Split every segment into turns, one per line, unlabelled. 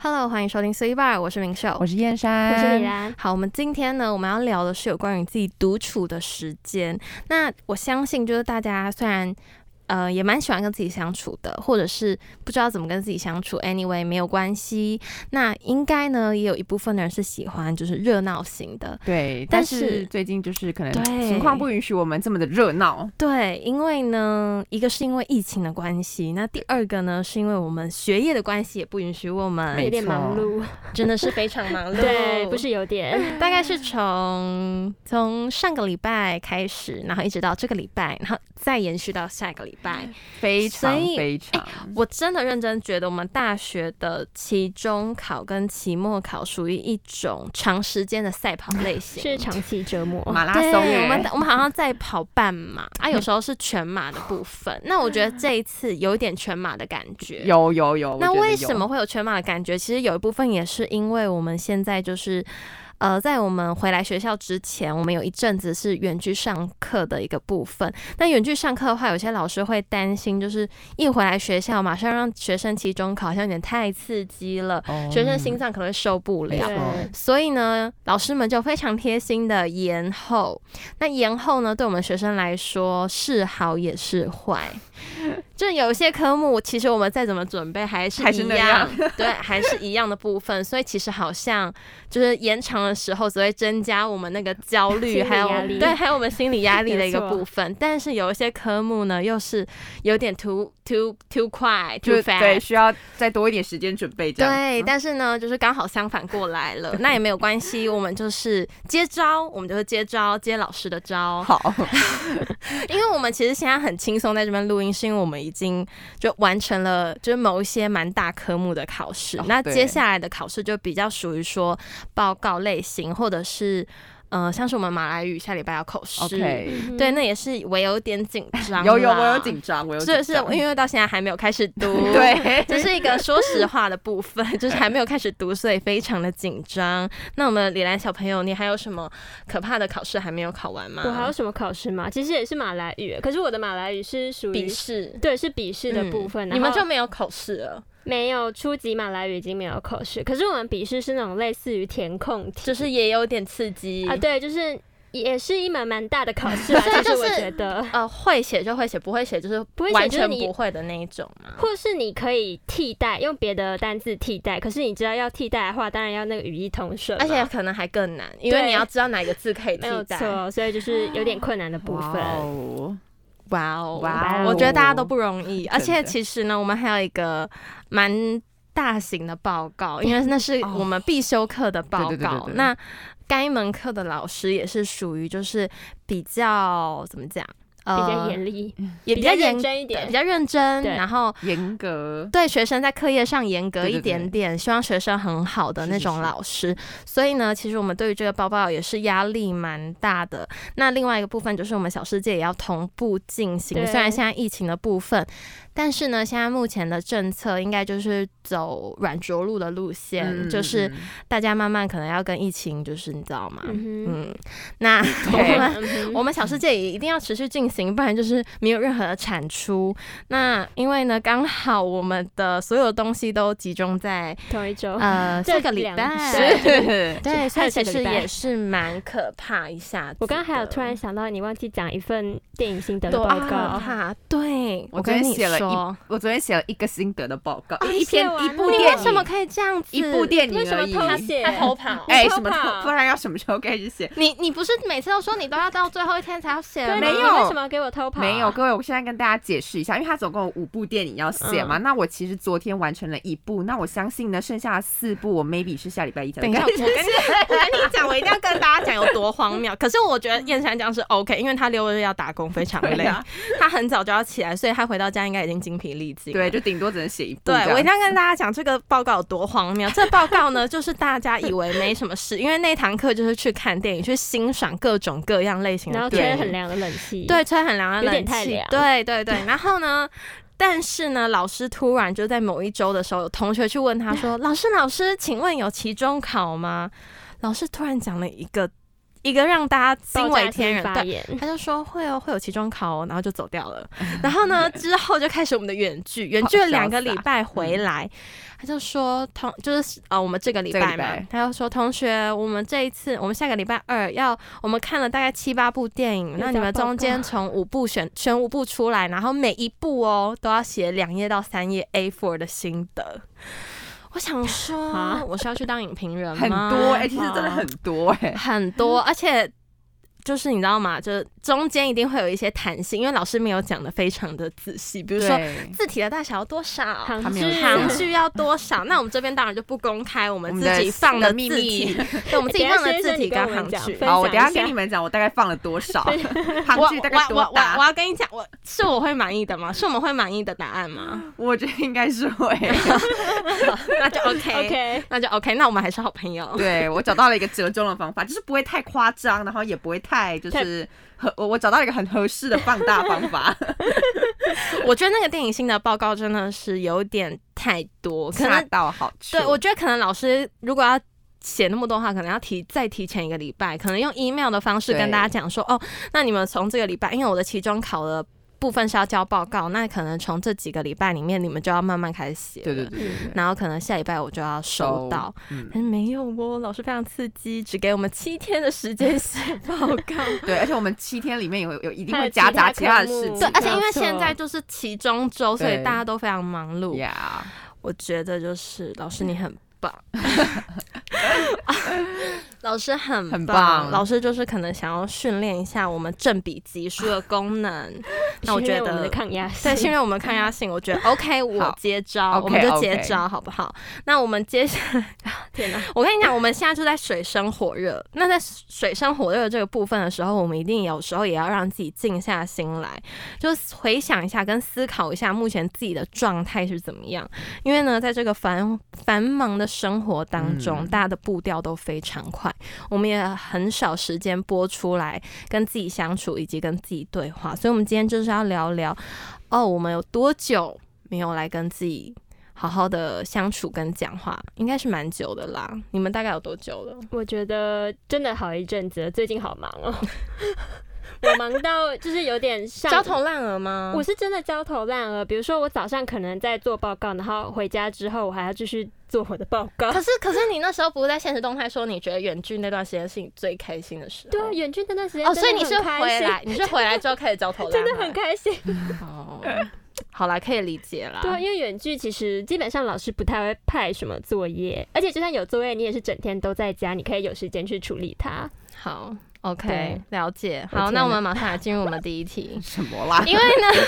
Hello，欢迎收听 C Bar，我是明秀
我。是燕山，
我是
嗯
李然。
好，我们今天呢，我们要聊的是有关于自己独处的时间。那我相信，就是大家虽然呃也蛮喜欢跟自己相处的，或者是不知道怎么跟自己相处，anyway 没有关系。那应该呢，也有一部分的人是喜欢就是热闹型的，
对，
但
但
是
是最近就是可能
对
情况不允许我们这么的热闹，
对，因为呢，一个是因为疫情的关系，那第二个呢，是因为我们学业的关系也不允许我们，
有点 忙碌，
真的是非常忙碌。
对，不是有点，
大概是从从上个礼拜开始，然后一直到这个礼拜，然后再延续到下个礼拜。
非常
所以哎
非常。
我真的认真觉得，我们大学的期中考跟期末考属于一种长时间的赛跑类型。
是长期折磨。
马拉
对，
松耶，
我们我们好像在跑半马啊，有时候是全马的部 分。那我觉得这一次有一点全马的感觉。
有有有。我
那
觉得
为
有
什么？会有全马的感觉？其实有一部分也是因为我们现在就是，呃，在我们回来学校之前，我们有一阵子是远距上课的一个部分。那远距上课的话，有些老师会担心，就是一回来学校，马上让学生期中考，好像有点太刺激了，
哦
学生心脏可能会受不
没
了。
错
对
所以呢，老师们就非常贴心的延后。那延后呢，对我们学生来说是好也是坏。就有一些科目，其实我们再怎么准备，还是
还是
一
那
样， 对，还是一样的部分。所以其实好像就是延长的时候，只会增加我们那个焦虑，
心理
还有
压力
对，还有我们心理压力的一个
没错
部分。但是有一些科目呢，又是有点 too too too 快，too
就
fast，
对，需要再多一点时间准备这样。
对，
嗯
但是呢，就是刚好相反过来了，那也没有关系，我们就是接招，我们就是接招，接老师的招，
好，
因为我们其实现在很轻松在这边录音，是因为我们已经就完成了就是某一些蛮大科目的考试，
哦
那
对
接下来的考试就比较属于说报告类型，或者是呃，像是我们马来语下礼拜要口试
OK，
嗯
对，那也是我有点紧张啦，
有有我有紧张，我有
是
紧
是
张，
因为到现在还没有开始读，
对，
这是一个说实话的部分， 就是还没有开始读，所以非常的紧张。那我们李兰小朋友，你还有什么可怕的考试还没有考完吗？
我还有什么考试吗？其实也是马来语，可是我的马来语是属
笔
于
试。
对是笔试的部分，
嗯
然后
你们就没有考试了，
没有初级马来语已经没有考试，可是我们笔试是那种类似于填空题
就是也有点刺激
啊，对，就是也是一门蛮大的考试 吧，
所以
其
就
实
是
我觉得。
呃，会写就会写，不会写就是
不会写
完
就是
全
你
不会的那一种嘛。
或是你可以替代用别的单字替代，可是你知道要替代的话，当然要那个语义通顺嘛，
而且可能还更难，因为
对
你要知道哪一个字可以替
没有
代。
错，所以就是有点困难的部分。
哇哦
哇哦，
哇
哦
我觉得大家都不容易，而且
真的
其实呢，我们还有一个蛮大型的报告，因为那是
哦
我们必修课的报告。
对对对对对
那该门课的老师也是属于就是比较怎么讲，呃，
比较严厉，
也比较严
认真一
对
点
比。较认真，
对
然后
严格，
对学生在课业上严格
对
一
对对
点点，希望学生很好的
是
那
是
种
是
老师。所以呢，其实我们对于这个报告也是压力蛮大的。那另外一个部分就是我们小世界也要同步进行，
对
虽然现在疫情的部分，但是呢，现在目前的政策应该就是走软着陆的路线，
嗯
就是
嗯
大家慢慢可能要跟疫情，就是你知道吗？
嗯
嗯， 那我
对
们
哼，嗯
我
哼
们小世界也一定要持续进行，不然就是没有任何的产出。那因为呢，刚好我们的所有东西都集中在
同一周，
呃
这
这个礼
哦两
拜
是，
是
对，所以其
这个
实
礼拜
也是蛮可怕一下子的。
我刚刚还有突然想到，你忘记讲一份电影心得的
多
报
可
告，
怕，对
我昨
跟
天
你
写了
说，哦
一，我昨天写了一个心得的报告，
啊
一篇
写完
一
了
部
你
电
为什么
影，
可以这样子？
一部电影
为什么
而已
偷写？
他偷跑？
哎、
你偷
什么
跑
偷？不然要什么时候开始写？
你你不是每次都说你都要到最后一天才要写
对
吗？
啊
没
你
有
为什么要给我偷跑啊？
没有，各位，我现在跟大家解释一下，因为他总共有五部电影要写
嗯
嘛。那我其实昨天完成了一部，那我相信呢，剩下的四部我 maybe 是下礼拜一才
等
能
一下，
开
我跟你，我跟你讲，我一定要跟大家讲有多荒谬。可是我觉得燕山这样是 OK，因为他六日要打工，非常
对
累，
啊
他很早就要起来，所以他回到家应该已经精疲力尽。
对，。就顶多只能写一部这
对
样。，
我一定要跟大家讲这个报告有多荒谬。这报告呢，就是大家以为没什么事，因为那堂课就是去看电影，去欣赏各种各样类型的
然后
电
吹
影，
很凉的冷
啊
气，
对，吹很凉的啊
有
冷
点太
气
凉，
对对 对。然后呢，但是呢，老师突然就在某一周的时候，有同学去问他 说：“老师，老师，请问有期中考吗？”老师突然讲了一个。一个让大家惊
爆
为
炸
天
性
人。
发
对，
言，
他就说会哦，会有期中考哦，然后就走掉了。
嗯
然后呢，之后就开始我们的远距， 远距了两个礼拜回来，他就说同就是呃，我们这个礼
嗯这个
拜
礼
嘛
拜，
他就说同学，我们这一次，我们下个礼拜二要，我们看了大概七八部电影，
要
那你们
交报
中间从五部选选五部出来，然后每一部哦都要写两页到三页 A4 的心得。我想说
啊，
我是要去当影评人吗？
很多哎、其实真的很多哎、
很多，而且就是你知道吗？就是中间一定会有一些弹性，因为老师没有讲的非常的仔细，比如说
对，
字体的大小要多少。
行
他们有
至
讲
行距要多少？那我们这边当然就不公开，我们
我们
自
的
己放的
秘
字体
密，。
对，我们自己
等一下
放的
先生
字体
你跟我
行
们讲
距。
分
好，我
享
哎等一下
一
跟
下
你们讲，我大概放了 多少，
我
行距大概
我
多
我我我
大？
要跟你讲，我是我会满意的吗？是我们会满意的答案 吗？
我觉得应该是 会。
那就 OK，,
OK，
那就 OK，那我们还是好朋 友。
对我找到了一个折中的方法，就是不会太夸张，然后也不会太就是合。我我找到了一个很合适的放大方法，
我觉得那个电影性的报告真的是有点太多，可
恰
能
到好处。
对，我觉得可能老师如果要写那么多的话，可能要提再提前一个礼拜，可能用 email 的方式
对
跟大家讲说，哦，那你们从这个礼拜，因为我的期中考的部分是要交报告，那可能从这几个礼拜里面，你们就要慢慢开始写。
对对。对对对，
然后可能下礼拜我就要收到，
嗯，
但是没有哦，老师非常刺激，只给我们七天的时间写报告。
对，而且我们七天里面有有一定
还
会
有
夹
其他
杂其他的
科目
事 情，
对，而且因为
没错。
现在就是期中周，所以
对
大家都非常忙碌。
呀，
我觉得就是老师你很棒，老师很
很棒
老师就是可能想要训练一下我们正比级数的功能那我
训
觉
练我们的
得。
抗压
对，训
性，
练我们抗压性，我觉得 OK，我接招，
OK，
我们就
OK
接招，好不好？那我们接下，
天哪，
我跟你讲，我们现在就在水深火热。那在水深火热这个部分的时候，我们一定有时候也要让自己静下心来，就回想一下跟思考一下目前自己的状态是怎么样。因为呢，在这个繁繁忙的生活当中，
嗯。
大家的步调都非常快，我们也很少时间播出来跟自己相处以及跟自己对话。所以，我们今天就是要聊聊，哦，我们有多久没有来跟自己。好好的相处跟讲话，应该是蛮久的啦。你们大概有多久了？
我觉得真的好一阵子了，最近好忙 哦，我忙到就是有点上
焦头烂额吗？
我是真的焦头烂额。比如说，我早上可能在做报告，然后回家之后，我还要继续做我的报告。
可是可是你那时候不是在现实动态说你觉得远距那段时间是你最开心的时候？
对啊，远距那段时间
哦，
真
所
的
以你是
很开
回
心
来，你是回来之后开始焦头烂额，
真的很开 心。
哦。好啦，可以理解啦。
对啊，因为远距其实基本上老师不太会派什么作业，而且就算有作业，你也是整天都在家，你可以有时间去处理它。
好，OK，
对
了解。
我
好，
天
那我
哪
们马上来进入我们第一题
什么啦？
因为呢，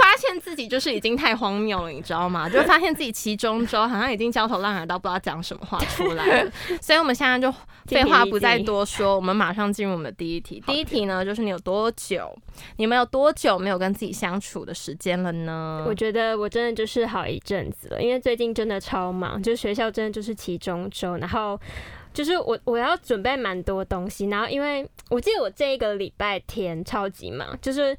发现自己就是已经太荒谬了，你知道吗？就发现自己其中周好像已经焦头烂额到不知道讲什么话出来 了，所以我们现在就废话不再多说，我们马上进入我们的第一题。
好的
第一题呢，就是你有多久，你们有多久没有跟自己相处的时间了呢？
我觉得我真的就是好一阵子了，因为最近真的超忙，就是学校真的就是期中周，然后就是我我要准备蛮多东西，然后因为我记得我这一个礼拜天超级忙，就是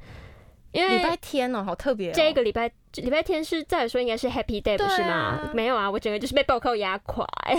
因
礼拜
为
天哦，好特别、哦。
这一个礼拜礼拜天是照理说应该是 Happy
对
Day 不
啊
是吗？没有啊，我整个就是被报告压垮、哎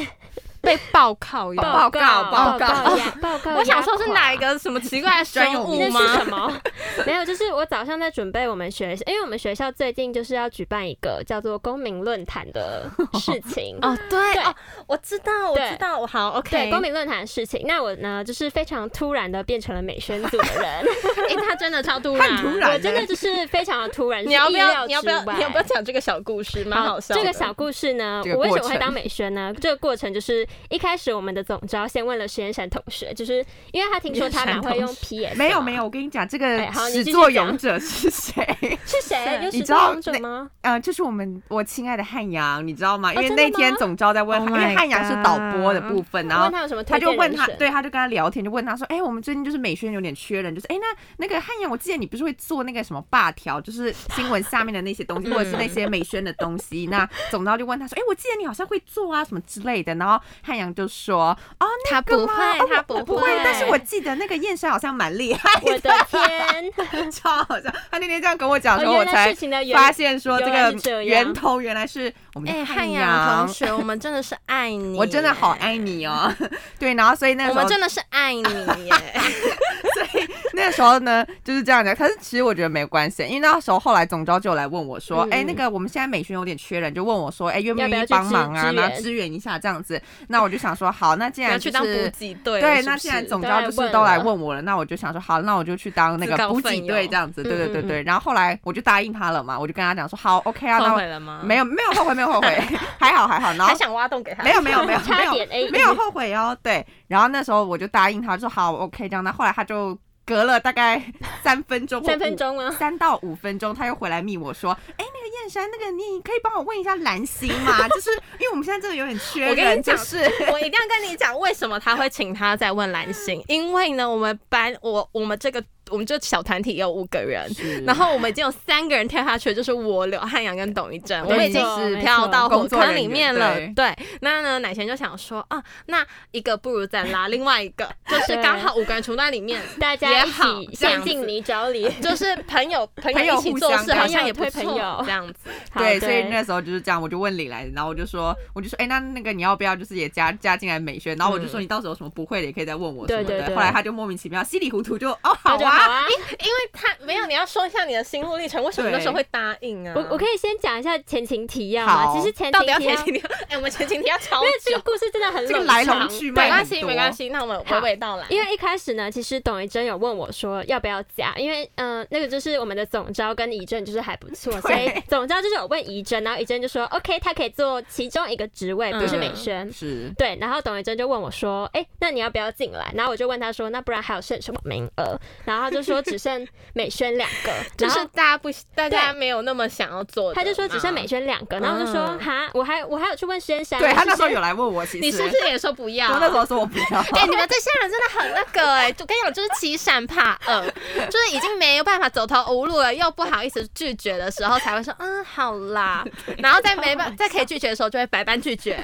被哦报告哟。
报告
报
报告
告压报 告，
我想说是哪一？个什么奇怪的生物
那是
吗。
什？么？ 没有，就是我早上在准备我们学校，因为我们学校最近就是要举办一个叫做公民论坛的事情
哦，对
对
哦，我知道，我
对
知道，我好 OK。
对公民论坛的事情，那我呢就是非常突然的变成了美宣组 的人，
哎、他真的超突
很
然，
突然欸
我真的就是非常的突然，
你要不
就是意
要？
料
你要不要？
之外
你要不要讲这个小故 事？蛮好笑的。
这个小故事呢，
这个
我为
过
什么会
程
当美宣呢？这个过程就是一开始我们的总招先问了实验闪同学，就是因为他听说他蛮会用 PS，
没有
嘛
没有，我跟你讲，这
哎
个
好你
始
继续
作
讲
俑者是谁？
是谁？有
你
始
知道
作俑者
那
吗？
呃，就是我们我亲爱的汉阳，你知道吗？因为
真的
那天
吗
总招在问
Oh
他，因为
my
汉阳是导播的部分，然
我
后
问他有什么
他
推荐
就问
人
他，
选
对，他就跟他聊天，就问他说：“哎、我们最近就是美宣有点缺人，就是哎、那那个汉阳，我记得你不是会做那个什么霸条，就是新闻下面的那些 东西，或者是
嗯
那些美宣的东西。”那总招就问他说：“哎、我记得你好像会做啊，什么之类的。”然后汉阳就说：“哦，
他
那个
不会
吗哦，
他
我
不
不
会
但是我记得那个燕山好像蛮厉害。”
我的天，
超好笑。他那天这样跟我讲的时候，
哦
我
原来
才
事情的原
发现说
原来是
个
这样
源头原来是我们
哎、
的
汉阳
阳
同。学，我们真的是爱你，
我真的好，爱你哦， 对，然后所以那个
我
时候
们真的是爱你耶。
那个时候呢，就是这样讲。可是其实我觉得没关系，因为那时候后来总招就有来问我说：“
嗯
哎、那个我们现在美宣有点缺人，就问我说，哎、愿不
要不
愿
要
意
去
帮
支
忙啊？
支
然后
援
支援一下这样子。”那我就想说，好，那既
要
然、
去
就是、
当补给队了，
对，
是不
那既然
是
总
都
招
来
就是
问
都来
了
问我了，那我就想说，好，那我就去当那
自
个
告
补
奋
给队
勇
这样子。对对对
嗯嗯
对，然后后来我就答应他了嘛，我就跟他讲说，好，OK 啊，那
后
我
悔了吗？
没有没有后悔，没有后悔， 还好还好。然后
还想挖洞给他，
没有没 有没有没
差
有
点哎，
没有后悔哦，对。然后那时候我就答应他，说好，OK 这样。那后来他就隔了大概三分钟，
三分。钟吗？
三到五分钟，他又回来密我说：“哎、那个燕山，那个你可以帮我问一下蓝心吗？就是因为我们现在这个有点缺人，
我跟你讲
就是
我一定要跟你讲，为什么他会请他再问蓝心，因为呢，我们班我我们这个我们这小团体也有五个人，然后我们已经有三个人跳下去了，就是我刘汉阳跟董一正，我
对
们已经
没错
跳到火
工作人
坑
员
里面了。
对
对，那呢，奶贤就想说啊，那一个不如再拉另外一 个，就是
对
刚好五个人处在里面，
大
也
家一
好
起
这样
陷进泥沼 里。
就是朋 友朋
朋友
友一起
互
做
相
事，好像
的
也不
推
错
朋友
这样 子。
好
对，所以那时候就是这样，我就问李来，然后我就说，我就说，哎、那那个你要不要就是也加加进来美宣？然后我就说
嗯
你到时候有什么不会的也可以再问我什么
对
的。
对对
后来他就莫名其妙稀里糊涂就哦好
那就
啊，
好啊，
因为他没有，你要说一下你的心路历程，为什么
对
那时候会答应啊？
我我可以先讲一下前情提要吗？
好
其实前
到
情
底要
提要
前，情提要？ 哎、我们前情提要超
因为这
久
个，故事真的很
这个
冗
来龙
长
去
没
脉
关
很
系，
多
没关系，那我们娓娓道来。
因为一开始呢，其实董一真有问我说要不要加，因为嗯、呃那个就是我们的总招跟仪正就是还不错，所以
对
总招就是有问仪正，然后仪正就说 OK，他可以做其中一个职位，
嗯
不是美宣。
是
对，然后董一真就问我说：“哎、那你要不要进来？”然后我就问他说：“那不然还有剩什么名额？”然后他就说只剩美宣两 个，
就
然后
是大家不，大家没有那么想要做的嘛。
他就
啊
说只剩美宣两个，然后我就说：“哈，我还我还有去问实验山，
嗯对他那时候
是
有来问我，其实
你是不是也说不要？
我那时候说我不要，
哎、你们这些人真的很那个哎、就跟你讲，就是欺善怕 恶，就是已经没有办法走投无路了，又不好意思拒绝的时候，才会说嗯好 啦，然后再没办再可以拒绝的时候，就会百般拒绝，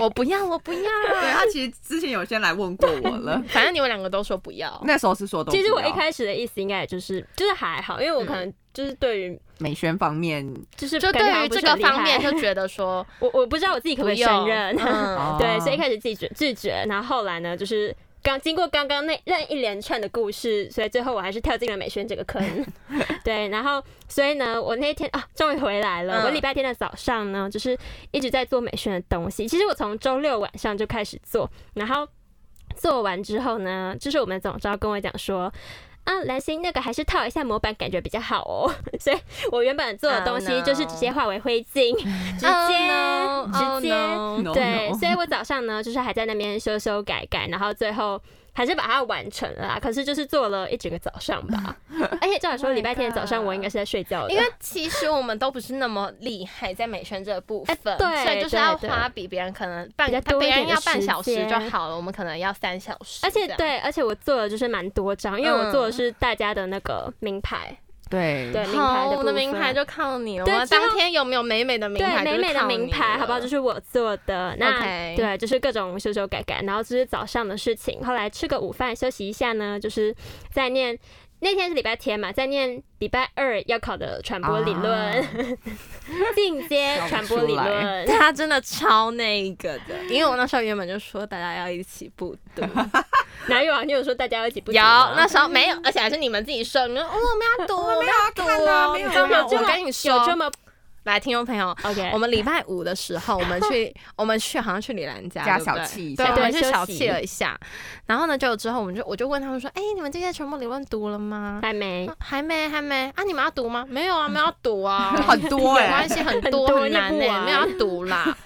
我不要，我不要。
对 他其实之前有先来问过我了，
反正你们两个都说不要，
那时候是说都
其实
不
我一
要
开始的意思应该也就是就是还好，因为我可能就是对于
美宣方面
就是
就
感觉
嗯对
好像
于
不
这
是
个
很厉害
方面就觉得 说
我我不知道我自己可不
不
可以胜
用，
任，
哦
嗯，
对，所以一开始拒绝拒绝，然后后来呢，就是刚经过刚刚那那一连串的故事，所以最后我还是跳进了美宣这个 坑。对，然后所以呢，我那天啊，终于回来了。
嗯
我礼拜天的早上呢，就是一直在做美宣的东西。其实我从周六晚上就开始做，然后做完之后呢，就是我们总招跟我讲说。啊，蓝心，那个还是套一下模板，感觉比较好哦。 所以我原本做的东
Oh,
西
no.
就是直接化为灰烬，直接、
Oh, no.
嗯直接
Oh, no.
No,
对
no
所以我早上呢，就是还在那边修修改改，然后最后还是把它完成了啦。可是就是做了一整个早上吧，而且照理
Oh
说
my
礼拜天的早上
God
我应该是在睡觉的，
因为其实我们都不是那么厉害在美宣这部分，
哎对
所以就是要
对对
花比别人可能半
比较，多一
别
点的
人要半小
时
时
间
就好了，我们可能要三小时
而
这
且
样。
对，而且我做的就是蛮多张，因为我做的是大家的那个名牌，
对
对名牌
好，
的
我的
部
名
分
牌就靠你了。
对
我
之后
当天有没有美美的名牌？
对美美
就是
的
靠你
名牌，好不好？就是我做的那
OK
对，就是各种修修改改，然后就是早上的事情。后来吃个午饭休息一下呢，就是在念那天是礼拜天嘛，在念礼拜二要考的传播理论，
啊
进 阶
笑不
传播理
出来
论。
他真的超那个的，因为我那时候原本就说大家要一起步读，
哪有啊？你有说大家要一起不读
有
吗
那时 候没有，而且还是你们自己说，你们说、哦、我们要读， 我们要读
看啊
哦，
没有
你知道吗
没有
我跟你说，
有这么
来，听众朋友，
OK？
我们礼拜五的时候，我们 去，我们去好像去李兰家，
家
对不对
小憩一
对，
下，
我们去
对
小
休
憩
息
了一下。然后呢，就之后我们就我就问他们说，哎，你们这些全部理论读了吗？
还 没
啊。还没，还没啊！你们要读吗？没有啊，没有要读 啊
很多
没
哎
关系，很
很多
多
啊
很
念
难
不
呢、
完
没有要读 啦。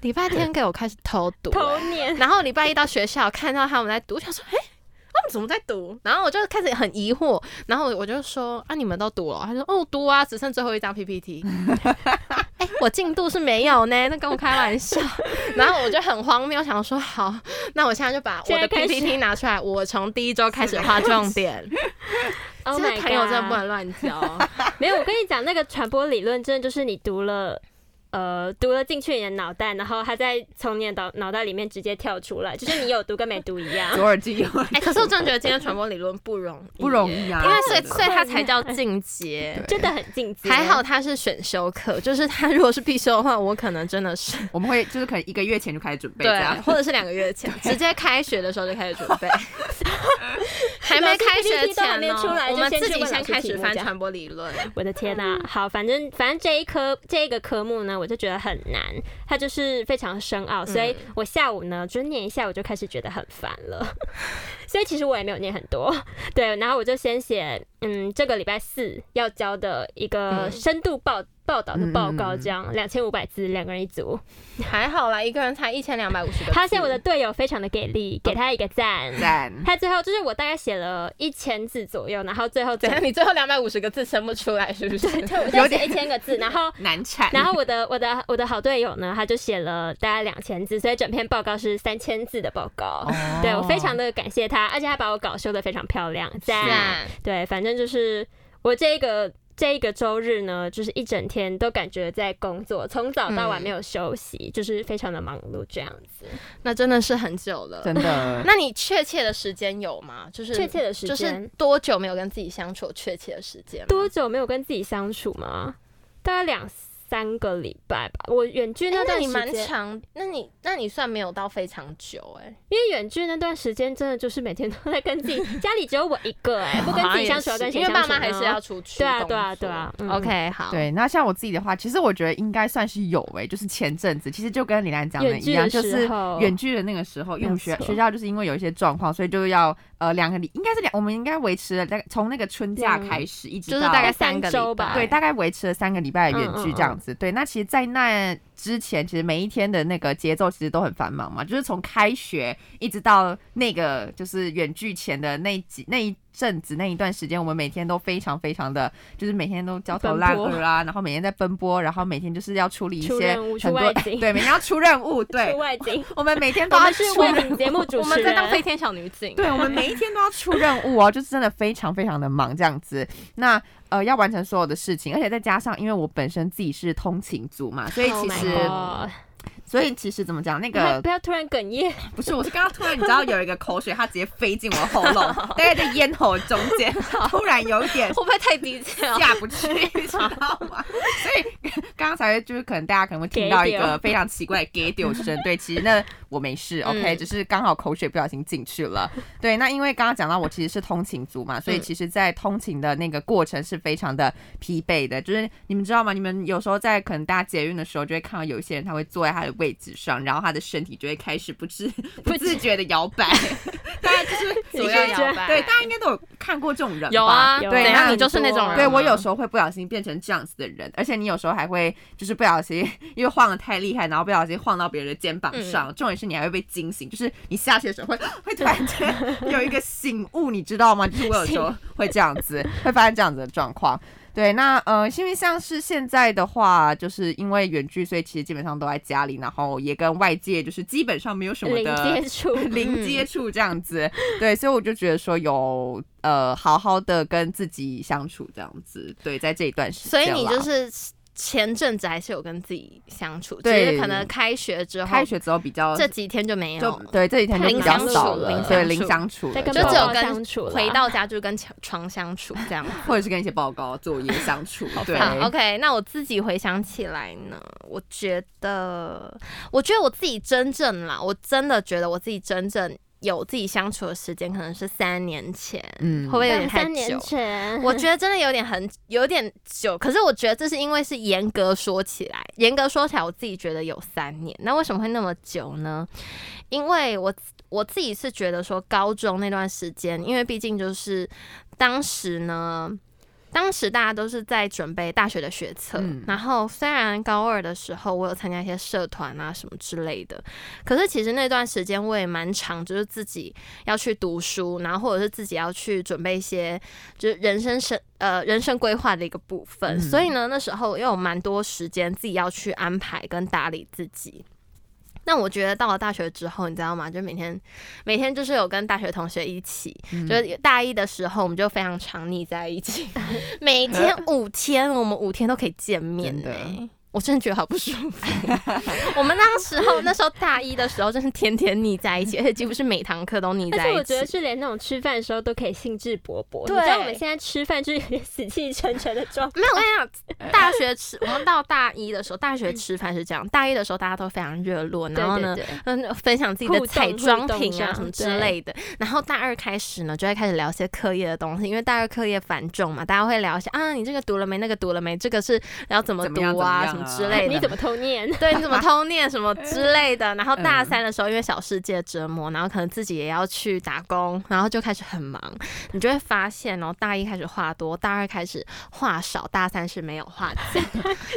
礼拜天给我开始偷读、
偷 念，
然后礼拜一到学校看到他们在读，我想说，哎、他们怎么在读？然后我就开始很疑惑，然后我就说，啊，你们都读了？他说，哦，读啊，只剩最后一张 PPT。哎、我进度是没有呢，那跟我开玩笑。然后我就很荒谬，想说，好，那我现在就把我
现
的
在开始
PPT 拿出来，我从第一周开始画重点。
Oh
这
my
个
god！，Oh
朋友真的不能乱交。
没有，我跟你讲，那个传播理论真的就是你读了。呃读了进去你的脑袋，然后它再从你的脑脑袋里面直接跳出来，就是你有读跟没读一样。
左耳进右 耳
哎、可是我真的觉得今天传播理论不容易，
欸不容
易，
易啊，
因为所
对
以所以它才叫进阶。
真的很进阶，
还好它是选修课，就是它如果是必修的话，我可能真的是
我们会就是可能一个月前就开始准备这
对啊
样，，
或者是两个月 前，直接开学的时候就开始准备，还没开学
PPT 都还
前
没
呢、
出来就
我们
先
自
去
己
问
先
老师
开
题
始
目
翻
这样
传播 理论。
我的天
嗯
呐、好，反正反正这一科这一个科目呢，我就觉得很难，它就是非常深奥，
嗯
所以我下午呢，就是念一下我就开始觉得很烦了。 所以其实我也没有念很多， 对，然后我就先写，嗯，这个礼拜四要交的一个
嗯
深度报报道的报
嗯
告，
嗯嗯
这样两千五百字，两个人一组。
还好啦，一个人才一千两百五十个字。
发现我的队友非常的给力，给他一个赞。
哦赞，
他最后就是我大概写了一千字左右，然后最后
怎
总
样？你最后两百五十个字生不出来是不是？
我 就写一千个字，然后
难产，
然后我的我的我的好队友呢，他就写了大概两千字，所以整篇报告是三千字的报告。
哦
对我非常的感谢他，而且他把我稿修的非常漂亮，赞。
赞
对，反正就是我这一个这一个周日呢，就是一整天都感觉在工作，从早到晚
嗯
没有休息，就是非常的忙碌这样子。
那真的是很久了。
真的，
那你确切的时间有吗？就是
确切的时间
就是多久没有跟自己相处？确切的时间吗
多久没有跟自己相处吗？大概两三个礼拜吧。我远距
哎
那
那
段
你
时
蛮
间，
长，那你那你算没有到非常久哎、
因为远距那段时间真的就是每天都在跟自己，家里只有我一个哎、不跟自己相处要跟谁
因为
相处
爸
呢？
妈还是要出去
对啊
工
对啊
作
对啊嗯
OK，好，
对。那像我自己的话，其实我觉得应该算是有诶、就是前阵子其实就跟李兰讲的
远
一
距
样，
的
就
时
是
候，
远距的那个时候，因为我们
没
学
有错
学校就是因为有一些状况，所以就要呃两个礼，应该是两，我们应该维持了大概从那个春假
两
开始一直
就是
到
大概
三
三个
周
礼
吧
拜
对，大概维持了三个礼拜的远距
嗯嗯
这样子。对，那其实，在那之前，其实每一天的那个节奏其实都很繁忙嘛，就是从开学一直到那个就是远距前的那一几那一阵子那一段时间，我们每天都非常非常的，就是每天都焦头烂
奔波
额啊，然后每天在奔波，然后每天就是要处理一
出
些
任务出
很多
外 景
对，每天要出任 务，对
出，外景，
我们每天都
我
要
们 是
出
外
任
景节目主
我
持
们在当飞
人。
天小女警。
对，我们每一天都要出任务哦， 就是真的非常非常的忙这样子。那呃，要完成所有的事情，而且再加上，因为我本身自己是通勤族嘛，所以
Oh
其
my
实
god
所以其实怎么讲，那
不要
个
不要突然哽 咽，
不是，我是刚刚突然你知道有一个口水，它直接飞进我喉咙，大概在咽喉中间，突然有一点
会不会太低啊 调？
下不去，你知道吗？所以 刚刚才会就是可能大家可能会听到一
给
个
丢
非常奇怪的“给丢”声，对，其实那我没事，OK，、
嗯
只是刚好口水不小心进去了。对，那因为刚刚讲到我其实是通勤族嘛，所以
嗯
其实，在通勤的那个过程是非常的疲惫的。就是你们知道吗？你们有时候在可能大家捷运的时候，就会看到有一些人他会坐在他的位置上，然后他的身体就会开始不知 不自觉的摇摆，大家就是你
左右
是
摇摆
对，大家应该都有看过这种人吧，
有啊，
有
对
等一
那
下你
很
就是那
多
种人吗。啊
对我有时候会不小心变成这样子的人，而且你有时候还会就是不小心， 因为晃的太厉害，然后不小心晃到别人的肩膀上。重点是你还会被惊醒，就是你下去的时候会 会突然间有一个醒悟，你知道吗？就是我有时候会这样子，会发生这样子的状况。对，那呃，因为像是现在的话，就是因为远距，所以其实基本上都在家里，然后也跟外界就是基本上没有什么
零
的
接 触，
零
嗯
接触这样子，对，所以我就觉得说有呃好好的跟自己相处这样子，对，在这一段时
所
间啦，
以你就是前阵子还是有跟自己相处，只
对
是可能开学之后，
开学之后比较
这几天就没
就
有，
对这几天就比较
零相
少
处
了
零，
对，
相
零
处
相处
在
了
跟
这
就
样
只
宝
有
宝
跟
相处啦
回到家就跟床床相处这样。
或者是跟一些报告作业相处，对
好，OK，那我自己回想起来呢，我觉得，我觉得我自己真正啦，我真的觉得我自己真正有自己相处的时间，可能是三年前，
嗯
会不，会有点
两
太
三年
久？
前，
我觉得真的有点很有点久，可是我觉得这是因为是严格说起来，严格说起来，我自己觉得有三年。那为什么会那么久呢？因为我我自己是觉得说，高中那段时间，因为毕竟就是当时呢。当时大家都是在准备大学的学测，
嗯
然后虽然高二的时候我有参加一些社团啊什么之类的，可是其实那段时间我也蛮长，就是自己要去读书，然后或者是自己要去准备一些就是人生生呃人生规划的一个部分。
嗯
所以呢，那时候又有蛮多时间自己要去安排跟打理自己。那我觉得到了大学之后，你知道吗？就每天每天就是有跟大学同学一起，就是大一的时候我们就非常 常腻在一起，每天五天，我们五天都可以见面
真
呢、
的
我真的觉得好不舒 服。我们那时候那时候大一的时候，真是天天腻在一 起，而且几乎是每堂课都腻
而
在
且
一
我觉得
起。
是连那种吃饭的时候都可以兴致勃勃。
对
你知道我们现在吃饭就是有点死气沉沉的状态。
没有，我跟你讲，大学 吃，我们到大一的时候，大学吃饭是这样，大一的时候大家都非常热络，然后呢，
对对对
嗯，分享自己的彩妆品啊什么之类的。然后大二开始呢，就会开始聊一些课业的东西，因为大二课业繁重嘛，大家会聊一下啊，你这个读了没？那个读了没？这个是要怎么
怎么
读
样
啊？什
怎么
么
样啊
之类
你
的。
怎么偷念？
对，你怎么偷念什么之类的？然后大三的时候，因为小世界折磨，然后可能自己也要去打工，然后就开始很忙。你就会发现哦，大一开始话多，大二开始话少，大三是没有话讲，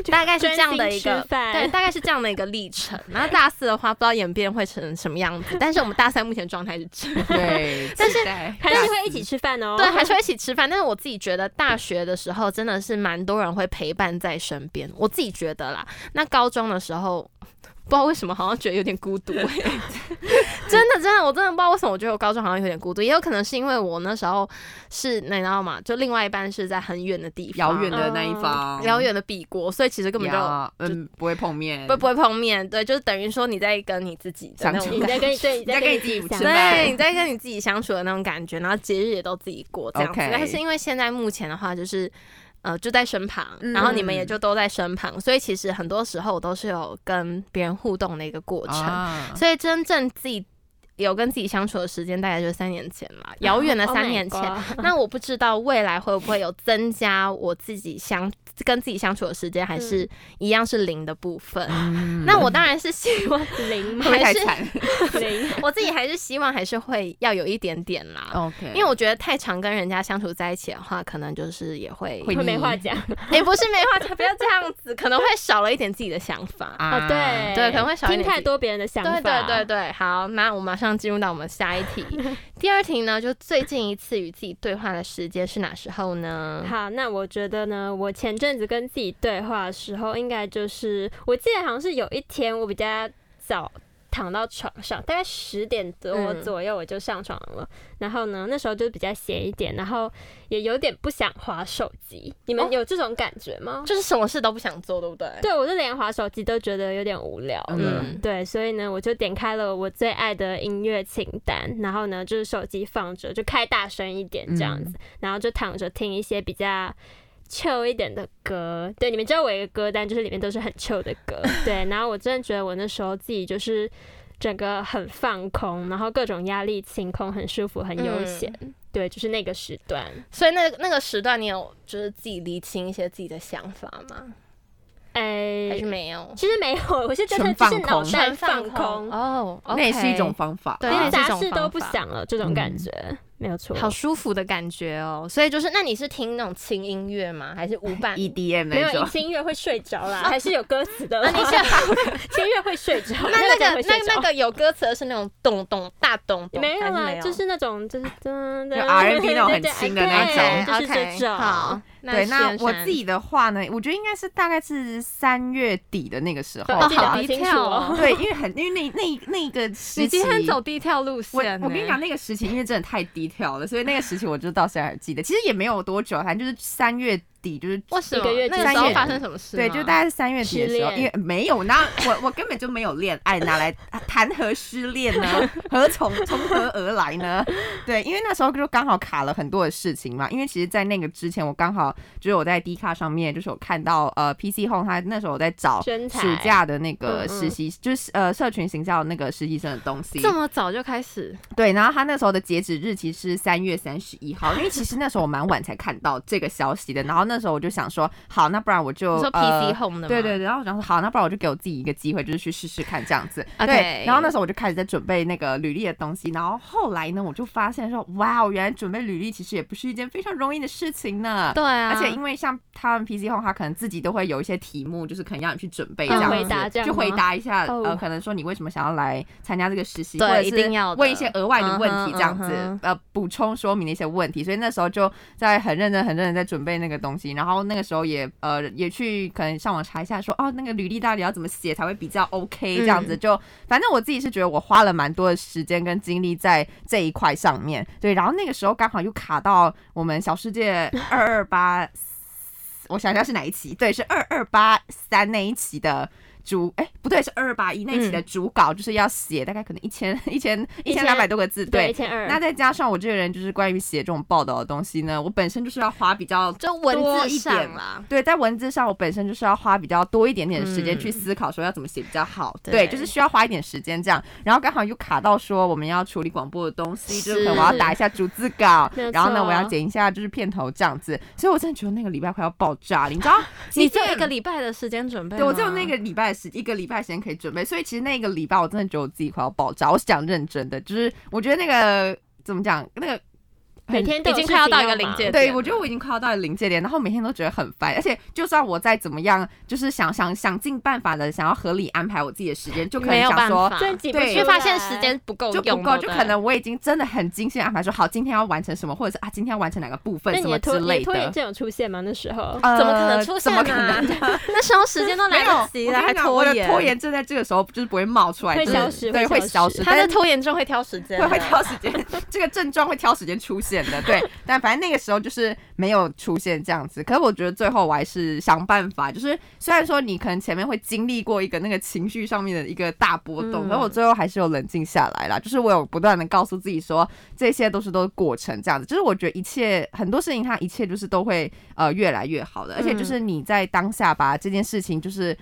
大概是这样的一
专心
个
吃饭
对，大概是这样的一个历程。然后大四的话，不知道演变会成什么样子，但是我们大三目前状态是这样。
对，
但是
期待
还是会一起吃饭哦。
对，还是会一起吃饭。但是我自己觉得，大学的时候真的是蛮多人会陪伴在身边，我自己觉得啦。那高中的时候，不知道为什么好像觉得有点孤独、欸， 真的真的，我真的不知道为什么，我觉得我高中好像有点孤独，也有可能是因为我那时候是，你知道吗？就另外一半是在很远的地方，
遥远的那一方，
嗯遥远的彼国，所以其实根本就。
呀嗯不会碰面，
不不会碰面，对，就是等于说你在跟你自己的那
相
种
处
你在跟你对，你在跟
你在跟你自己
讲
吃饭
对，你在跟你自己相处的那种感觉，然后节日也都自己过这样子。
OK
但是因为现在目前的话，就是呃就在身旁，
嗯
然后你们也就都在身旁，所以其实很多时候我都是有跟别人互动的一个过程。
啊
所以真正自己有跟自己相处的时间，大概就是三年前啦，遥远的
Oh my
三年前。
God
那我不知道未来会不会有增加我自己相跟自己相处的时间，还是一样是零的部分。那我当然是希 望
零吗
会不会太
还是
惨
零。
我自己还是希望还是会要有一点点啦，
？OK，
因为我觉得太常跟人家相处在一起的话，可能就是也会
会
会
腻
没话讲
也不是没话讲，不要这样子，可能会少了一点自己的想 法。
啊
哦，对
对可能会少一
听
点
太多别人的想法，
对对对对，好，那我马上进入到我们下一 题。第二题呢，就最近一次与自己对话的时间是哪时候呢？
好，那我觉得呢，我前阵子跟自己对话的时候，应该就是我记得好像是有一天我比较早躺到床上，大概十点多
嗯
左右我就上床了。然后呢，那时候就比较闲一点，然后也有点不想划手机。你
哦
们有这种感觉吗？
就是什么事都不想做，对不对？
对，我就连划手机都觉得有点无聊了。
嗯
对，所以呢，我就点开了我最爱的音乐清单，然后呢，就是手机放着，就开大声一点这
嗯
样子，然后就躺着听一些比较。chill 一点的歌，对，你们知道我有一个歌单，就是里面都是很 chill 的 歌，对。然后我真的觉得我那时候自己就是整个很放空，然后各种压力清空，很舒服，很悠
嗯
闲，对，就是那个时段。
所以那那个时段，你有就是自己厘清一些自己的想法吗？
哎、
还是没有？
其实没有，我是真的
纯
就
放
是脑
空
袋放空，
哦，
那也是一种方法，啊
对，
连
那也是一
杂
种
事
方
都不
法
想了，这种
嗯
感觉、没有错。
好舒服的感觉哦。所以就是，那你是听那种轻音乐吗？还是无 伴？
，EDM
没
，E
有
，E 那
一
种，
听音乐会睡着啦，还是有歌词的啦。
那你是
听音乐会睡着，
那那
真的
个
会
那
睡着
那个有歌词的是那种咚咚大咚咚，
没有
还
啦，
没
就是那种就是噔
就 R&B 那种很轻
啊
的那
对
种
对对就是这种。
好，
对，那
先
我
生
自己的话呢，我觉得应该是大概是三月底的那个时候
哦，
记得
好
吧，
好
低
清楚
调哦
哦。
对，因为很因为那那那个时期，
你今天走低调路
我
线呢，欸
我跟你讲，那个时期因为真的太低调了，所以那个时期我就到现在还记得。其实也没有多久，啊反正就是三月底，就是
为什
一
么
个月
那个
三
时候
月
发生什么事吗？
对，就大概是三月底的时候，
失恋
因为没有，那我我根本就没有恋爱，哪来谈 何失恋 呢？何从从何而来呢？ 对，因为那时候就刚好卡了很多的事情嘛。因为其实，在那个之前，我刚好就是我在 D 卡上面，就是有看到呃 PC Home，他那时候我在找
真才
暑假的那个
嗯嗯
实习，就是呃社群行销的那个实习生的东西。
这么早就开始，
对，然后他那时候的截止日期是三月三十一号，因为其实那时候我蛮晚才看到这个消息的，然后那时候我就想说，好，那不然我就
你说
呃
PC Home 的吗？
对对对，然后我想说好，那不然我就给我自己一个机会，就是去试试看这样子。
OK
对，然后那时候我就开始在准备那个履历的东西，然后后来呢，我就发现说，哇，原来准备履历其实也不是一件非常容易的事情呢。
对啊，
而且因为像他们 PC 后，他可能自己都会有一些题目，就是可能让你去准备这
要
样子，
回答这样
就回
吗
答一下，
哦
呃，可能说你为什么想要来参加这个实习，
对
或者是
一定要的
问一些额外的问题
嗯哼
这样子，
嗯哼
呃，补充说明的一些问题。所以那时候就在很认真、很认真在准备那个东西，然后那个时候也呃也去可能上网查一下说，哦，那个履历到底要怎么写才会比较 OK 这样子。就反正我自己是觉得我花了蛮多的时间跟精力在这一块上 面，对。然后那个时候刚好又卡到我们小世界二二八。我想一下是哪一期？对，是二二八三那一期的主，哎、不对，是二二八一那一期的主稿，就是要写大概可能一千一千嗯一千两百多个字，
对，
对。
一千二。
那再加上我这个人就是关于写这种报道的东西呢，我本身就是要花比较
就文
多
字
一
上
点
啦，
对，在文字上我本身就是要花比较多一点点的时间
嗯
去思考说要怎么写比较好，
对？
对，就是需要花一点时间这样。然后刚好又卡到说我们要处理广播的东西，就是可能我要打一下逐字稿
没有，
然后呢
错
我要剪一下就是片头这样子，所以我真的觉得那个礼拜快要爆炸了，你知道
你
即
只有
便
一个礼拜的时间准备吗。
对我只有那个礼拜的时一个礼拜的时间可以准备，所以其实那个礼拜我真的觉得我自己快要爆炸。我是讲认真的，就是我觉得那个怎么讲，那个
每天都
已
有
经
事
快要
情
到一个
要
临
忙
界
对，
点
我觉得我已经快要到临界点，然后每天都觉得很烦，而且就算我再怎么样，就是想想想尽办法的想要合理安排我自己的时间，就可
没
能
有
想
办
说
法，
真挤不
对
因为
出
发现
来
时间不够
就不
用，
够，
对
就
不
可
对
能我已经真的很精心地安排说好今天要完成什么，或者是啊今天要完成哪个部分
那
什
你
么
的拖
之
你
类
拖延
的。
症有出现吗？那时候
呃
怎么可能出
怎
现
么可
啊
能？
那时候时间都
没
来
有，
不
我
及
跟
了，
你
还
讲我的
延。
拖延症在这个时候就是不会冒出来，
会
就是
消失
对，
会
会
消
消
失。
失。
他
但
的
是
拖延症会挑时间，
会会挑时间， 这个症状会挑时间出现的，对。但反正那个时候就是没有出现这样子，可是我觉得最后我还是想办法，就是虽然说你可能前面会经历过一个那个情绪上面的一个大波动，
嗯
可是我最后还是有冷静下来啦，就是我有不断的告诉自己说，这些都是都是过程这样子，就是我觉得一切很多事情它一切就是都会呃越来越好的，而且就是你在当下把这件事情就是。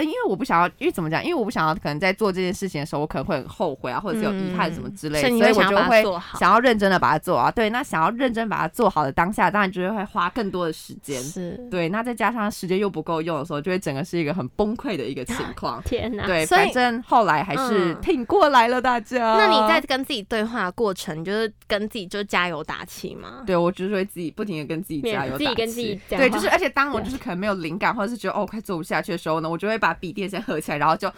呃，因为我不想要，因为怎么讲？因为我不想要，可能在做这件事情的时候，我可能会很后悔啊，或者是有遗憾什么之类的，
嗯所以你
所以
会
我
想
就
要把它
会
做好
想要认真的把它做啊。对，那想要认真把它做好的当下，当然就是会花更多的时间。
是。
对，那再加上时间又不够用的时候，就会整个是一个很崩溃的一 个情况
天哪！
对，
啊所以
反正后来还是
嗯
挺过来了，大家。
那你在跟自己对话的过程，就是跟自己就加油打气吗？
对，我就是会自己不停的跟自己
免
加油打
自
气，
己跟自己讲
对，
话
就是而且当我
对
就是可能没有灵感，或者是觉得哦快做不下去的时候呢，我就会把笔电先合起来，然后就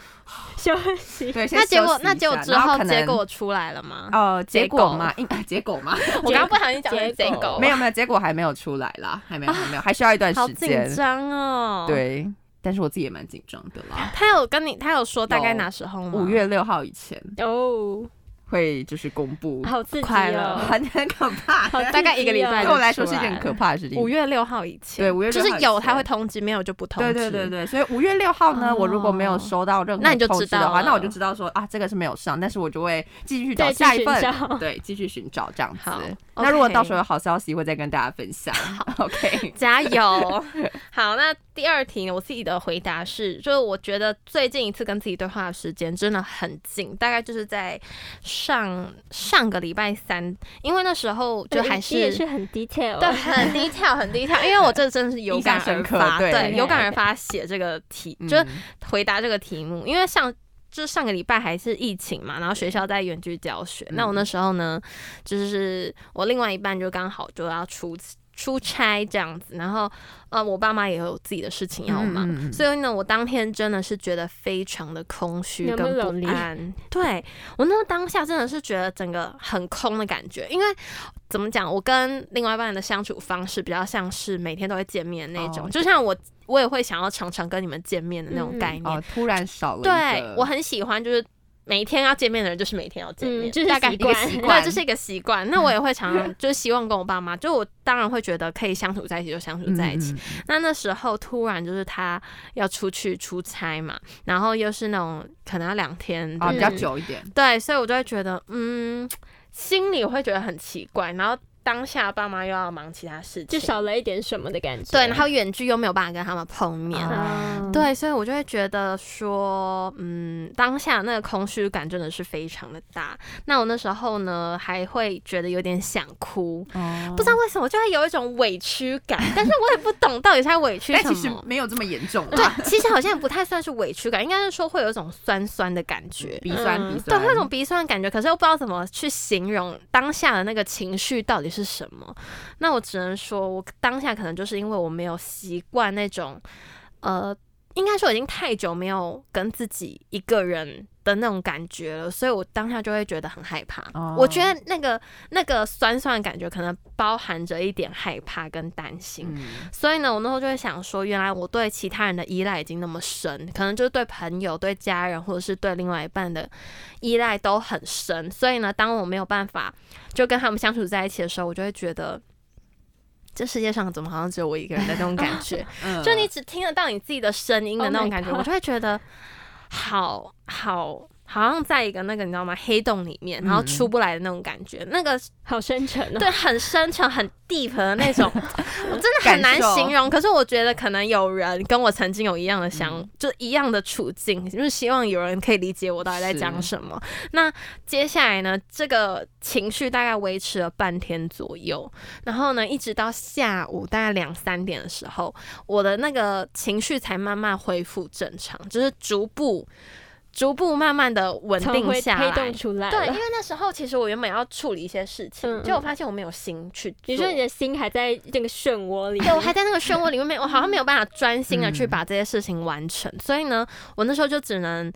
休息。
对，先
那结
休
果
息
那
一
结果
下
之
然后
后
可能
结果出来了吗？
呃
啊结哦
结
果
果嘛，应 该结果嘛，
我刚刚不小心讲成
结
结
果
果，
没有没有，结果还没有出来 啦，还没有还没有，还需要一段
好
时
紧
间。
张哦。，
对，但是我自己也蛮紧张的啦。
他有跟你，他有说大概
有
哪时候吗？
五月六号以前
哦，
会就是公布，
好刺激
快乐
哦！
很很可怕，
好
大概一个礼拜
对
刺激
就
哦
我来说
出
是一件很
来了
可怕的事情。
五月六号以前，
对5月6
就
号
是有
以前
他会通知，没有就不通
对
知。
对对对，所以五月六号呢，我如果没有收到任何
哦那你就
通
知
知的
道
话，
了
那我就知道说啊，这个是没有上，但是我就会继续找
再去
下一
寻
份，
找
对，继续寻找这样子
好。
那如果
OK
到时候有好消息，会再跟大家分享。OK，
加油！好，那第二题呢我自己的回答是，就是我觉得最近一次跟自己对话的时间真的很近，大概就是在上上个礼拜三，因为那时候就
你
还
你也
是
是很 detail
对，
哦。
很低调，很低调，因为我这真的是有
印象
感而
深刻
发，
对
对，
对
有感而发写这个题，
嗯
就是回答这个题目，因为上。就是上个礼拜还是疫情嘛，然后学校在远距教学。那
嗯
我那时候呢，就是我另外一半就刚好就要出出差这样子，然后呃，我爸妈也有自己的事情要忙，
嗯嗯嗯
所以呢，我当天真的是觉得非常的空虚
有
跟
没有
不
lonely？
安。 对我那当下真的是觉得整个很空的感觉，因为怎么讲，我跟另外一半的相处方式比较像是每天都会见面那种，
哦
就像我我也会想要常常跟你们见面的那种
嗯
概念。
哦，突然少了一
对
个
我很喜欢，就是每天要见面的人就是每天要见面，
嗯，就是嗯
大概
习惯。
习
对，
惯
这是一个习惯。那我也会常常就是希望跟我爸妈，就我当然会觉得可以相处在一起就相处在一起。
嗯嗯
那那时候突然就是他要出去出差嘛，然后又是那种可能要两天
啊，
的
比较久一点。
对，所以我就会觉得，嗯，心里会觉得很奇怪，然后当下爸妈又要忙其他事情，
就少了一点什么的感觉。
对，然后远距又没有办法跟他们碰面。
啊
啊，
嗯对，所以我就会觉得说，嗯，当下那个空虚感真的是非常的大。那我那时候呢，还会觉得有点想哭，
哦
不知道为什么，就会有一种委屈 感，但是我也不懂到底是在委屈
但
什么。
其实没有这么严重啦，
对，其实好像不太算是委屈感，应该是说会有一种酸酸的感觉，
鼻酸
嗯
鼻
对，
酸，
会有一种鼻酸的感觉，可是又不知道怎么去形容当下的那个情绪到底是什么。那我只能说，我当下可能就是因为我没有习惯那种，呃，应该说我已经太久没有跟自己一个人的那种感觉了，所以我当下就会觉得很害怕。
哦
我觉得那个那个酸酸的感觉，可能包含着一点害怕跟担心。
嗯
所以呢，我那时候就会想说，原来我对其他人的依赖已经那么深，可能就是对朋友、对家人，或者是对另外一半的依赖都很深。所以呢，当我没有办法就跟他们相处在一起的时候，我就会觉得 这世界上怎么好像只有我一个人的那种感觉？
嗯
就你只听得到你自己的声音的
Oh
那种
my
感觉，
God
我就会觉得好好好像在一个那个你知道吗黑洞里面，然后
嗯
出不来的那种感觉，那个
好深沉哦。
对，很深沉、很 deep 的 那种，我真的
感
很难
受
形容。可是我觉得可能有人跟我曾经有一样的想，
嗯
就是一样的处境，就是希望有人可以理解我到底在讲什么。那接下来呢，这个情绪大概维持了半天左右，然后呢，一直到下午大概两三点的时候，我的那个情绪才慢慢恢复正常，就是逐步。逐步慢慢的 稳
从
定
灰
下
黑
来，
洞出来
对，因
了
为。那时候其实我原本要处理一些事情，
嗯嗯
结果发现我没有心去做。
你说你的心还在这个漩涡里，
对，我还在那个漩涡里面，没有我好像没有办法专心的去
嗯
把这些事情完成，所以呢，我那时候就只能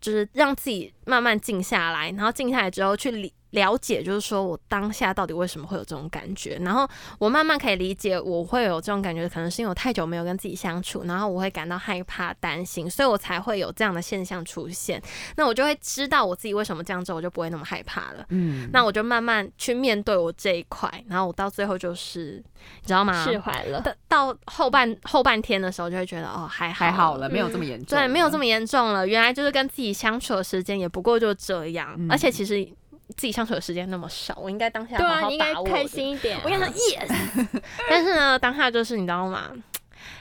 就是让自己慢慢静下来，然后静下来之后去理了解，就是说我当下到底为什么会有这种感觉，然后我慢慢可以理解我会有这种感觉，可能是因为我太久没有跟自己相处，然后我会感到害怕、担心，所以我才会有这样的现象出现。那我就会知道我自己为什么这样之后，我就不会那么害怕了。
嗯
那我就慢慢去面对我这一块，然后我到最后就是，你知道吗？
释怀了。
到到后半后半天的时候，就会觉得哦，还
还好
好
了，
了。
没有这么严重，
嗯对，没有这么严重了。原来就是跟自己相处的时间也不过就这样，
嗯
而且其实自己相处的时间那么少，我应该当下
对
好
啊，
好
你应该
把握。
开心一点啊。
我跟你说 yes，但是呢，当下就是你知道吗？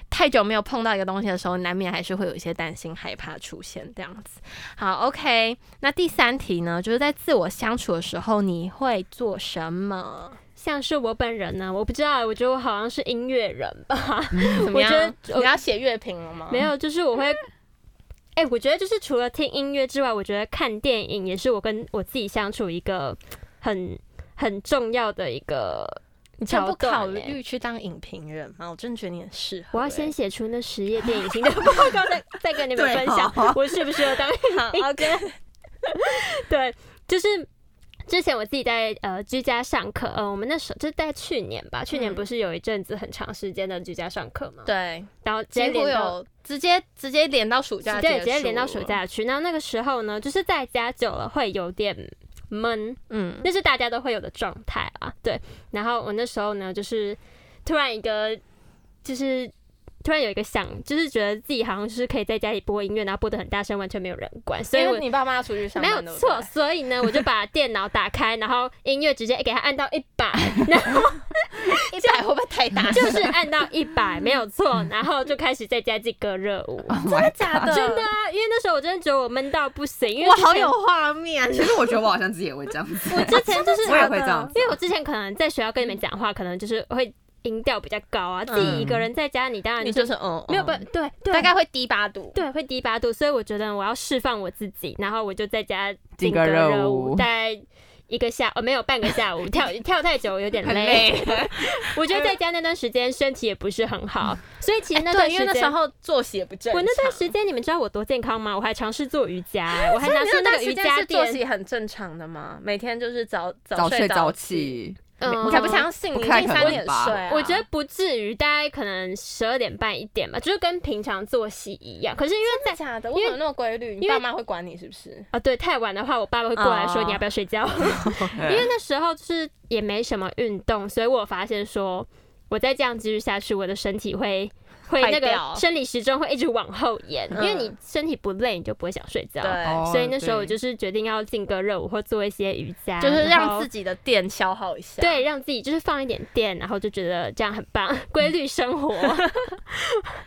太久没有碰到一个东西的时候，难免还是会有一些担心、害怕出现这样子。好，OK，那第三题呢，就是在自我相处的时候，你会做什么？
像是我本人呢，我不知道，我觉得我好像是音乐人吧。
怎么样
我觉？得
你要写乐评了吗？
没，有，就是我会。哎、我觉得就是除了听音乐之外，我觉得看电影也是我跟我自己相处一个很很重要的一个
你这样
桥
不
段、
考
欸。
虑去当影评人吗？我真的觉得你很适合欸。
我要先写出那十页电影型的 报告，再再跟你们分享
对哦
我是不是有 当 OK，对，就是。之前我自己在呃居家上课，呃，我们那时候就是在去年吧，去年
嗯
不是有一阵子很长时间的居家上课嘛，
对，
然后直接
结果
连到
有直接直接连到暑假，
对，直接连到暑。假去。那那个时候呢，就是在家久了会有点闷，
嗯，
那是大家都会有的状态啊。对，然后我那时候呢，就是突然一个，就是突然有一个想，就是觉得自己好像是可以在家里播音乐，然后播的很大声，完全没有人管，所以
因
我
哎为。你爸妈要出去上
没有
班，对不
错，
对
所以呢，我就把电脑打开，然后音乐直接给它按到一 百，然后
一百会不会太大？
就是按到一百，没有错，然后就开始在家自己歌热舞。
哦
真的假
的
真的啊，因为那时候我真的觉得我闷到不行，因为
哇，
之
好
前
有画面。
其实我觉得我好像自己也会这样子，
我之前就是
我也会这样子
因为我之前可能在学校跟你们讲话，可能就是会音调比较高啊，自己一个人在家，你当然
嗯你就是嗯，
啊没有不
办，
对对，
大概会低八度。
对会低八度，所以我觉得我要释放我自己，然后我就在家
劲
歌
歌热
热
舞
大概一个下哦没有半个下 午，跳跳太久有点
很
累。 我觉得在家那段时间身体也不是很好，所以其实那段
哎对，因
时
为那时
间。
候作息也不正常。
我那段时间，你们知道我多健康吗？我还尝试做瑜伽、 我还拿出那
那段
个
时
瑜
间
伽
是作
垫，
息很正常的嘛，每天就是早
早
睡
睡早
起。
起，
嗯
你才不相信，你
不
已
太
经
可
三
能
点睡
吧
啊。
我觉得不至于，大概可能十二点半一点吧，就是跟平常作息一样。可是因为在
真的假的，为什么那么规律？
因
你
为
爸妈会管你是不是？
啊、对，太晚的话，我爸爸会过来说
哦
你要不要 睡 觉。 因为那时候就是也没什么运动，所以我发现说，我再这样继续下去，我的身体会会
坏
那
掉
个生理时钟会一直往后延，因为你
嗯
身体不累，你就不会想睡觉。
对，
哦
所以那时候我
对
就是决定要劲歌热舞或做一些瑜伽，
就是
然后
让自己啊的电消耗一下。
对，让自己就是放一点电，然后就觉得这样很棒，规律生 活。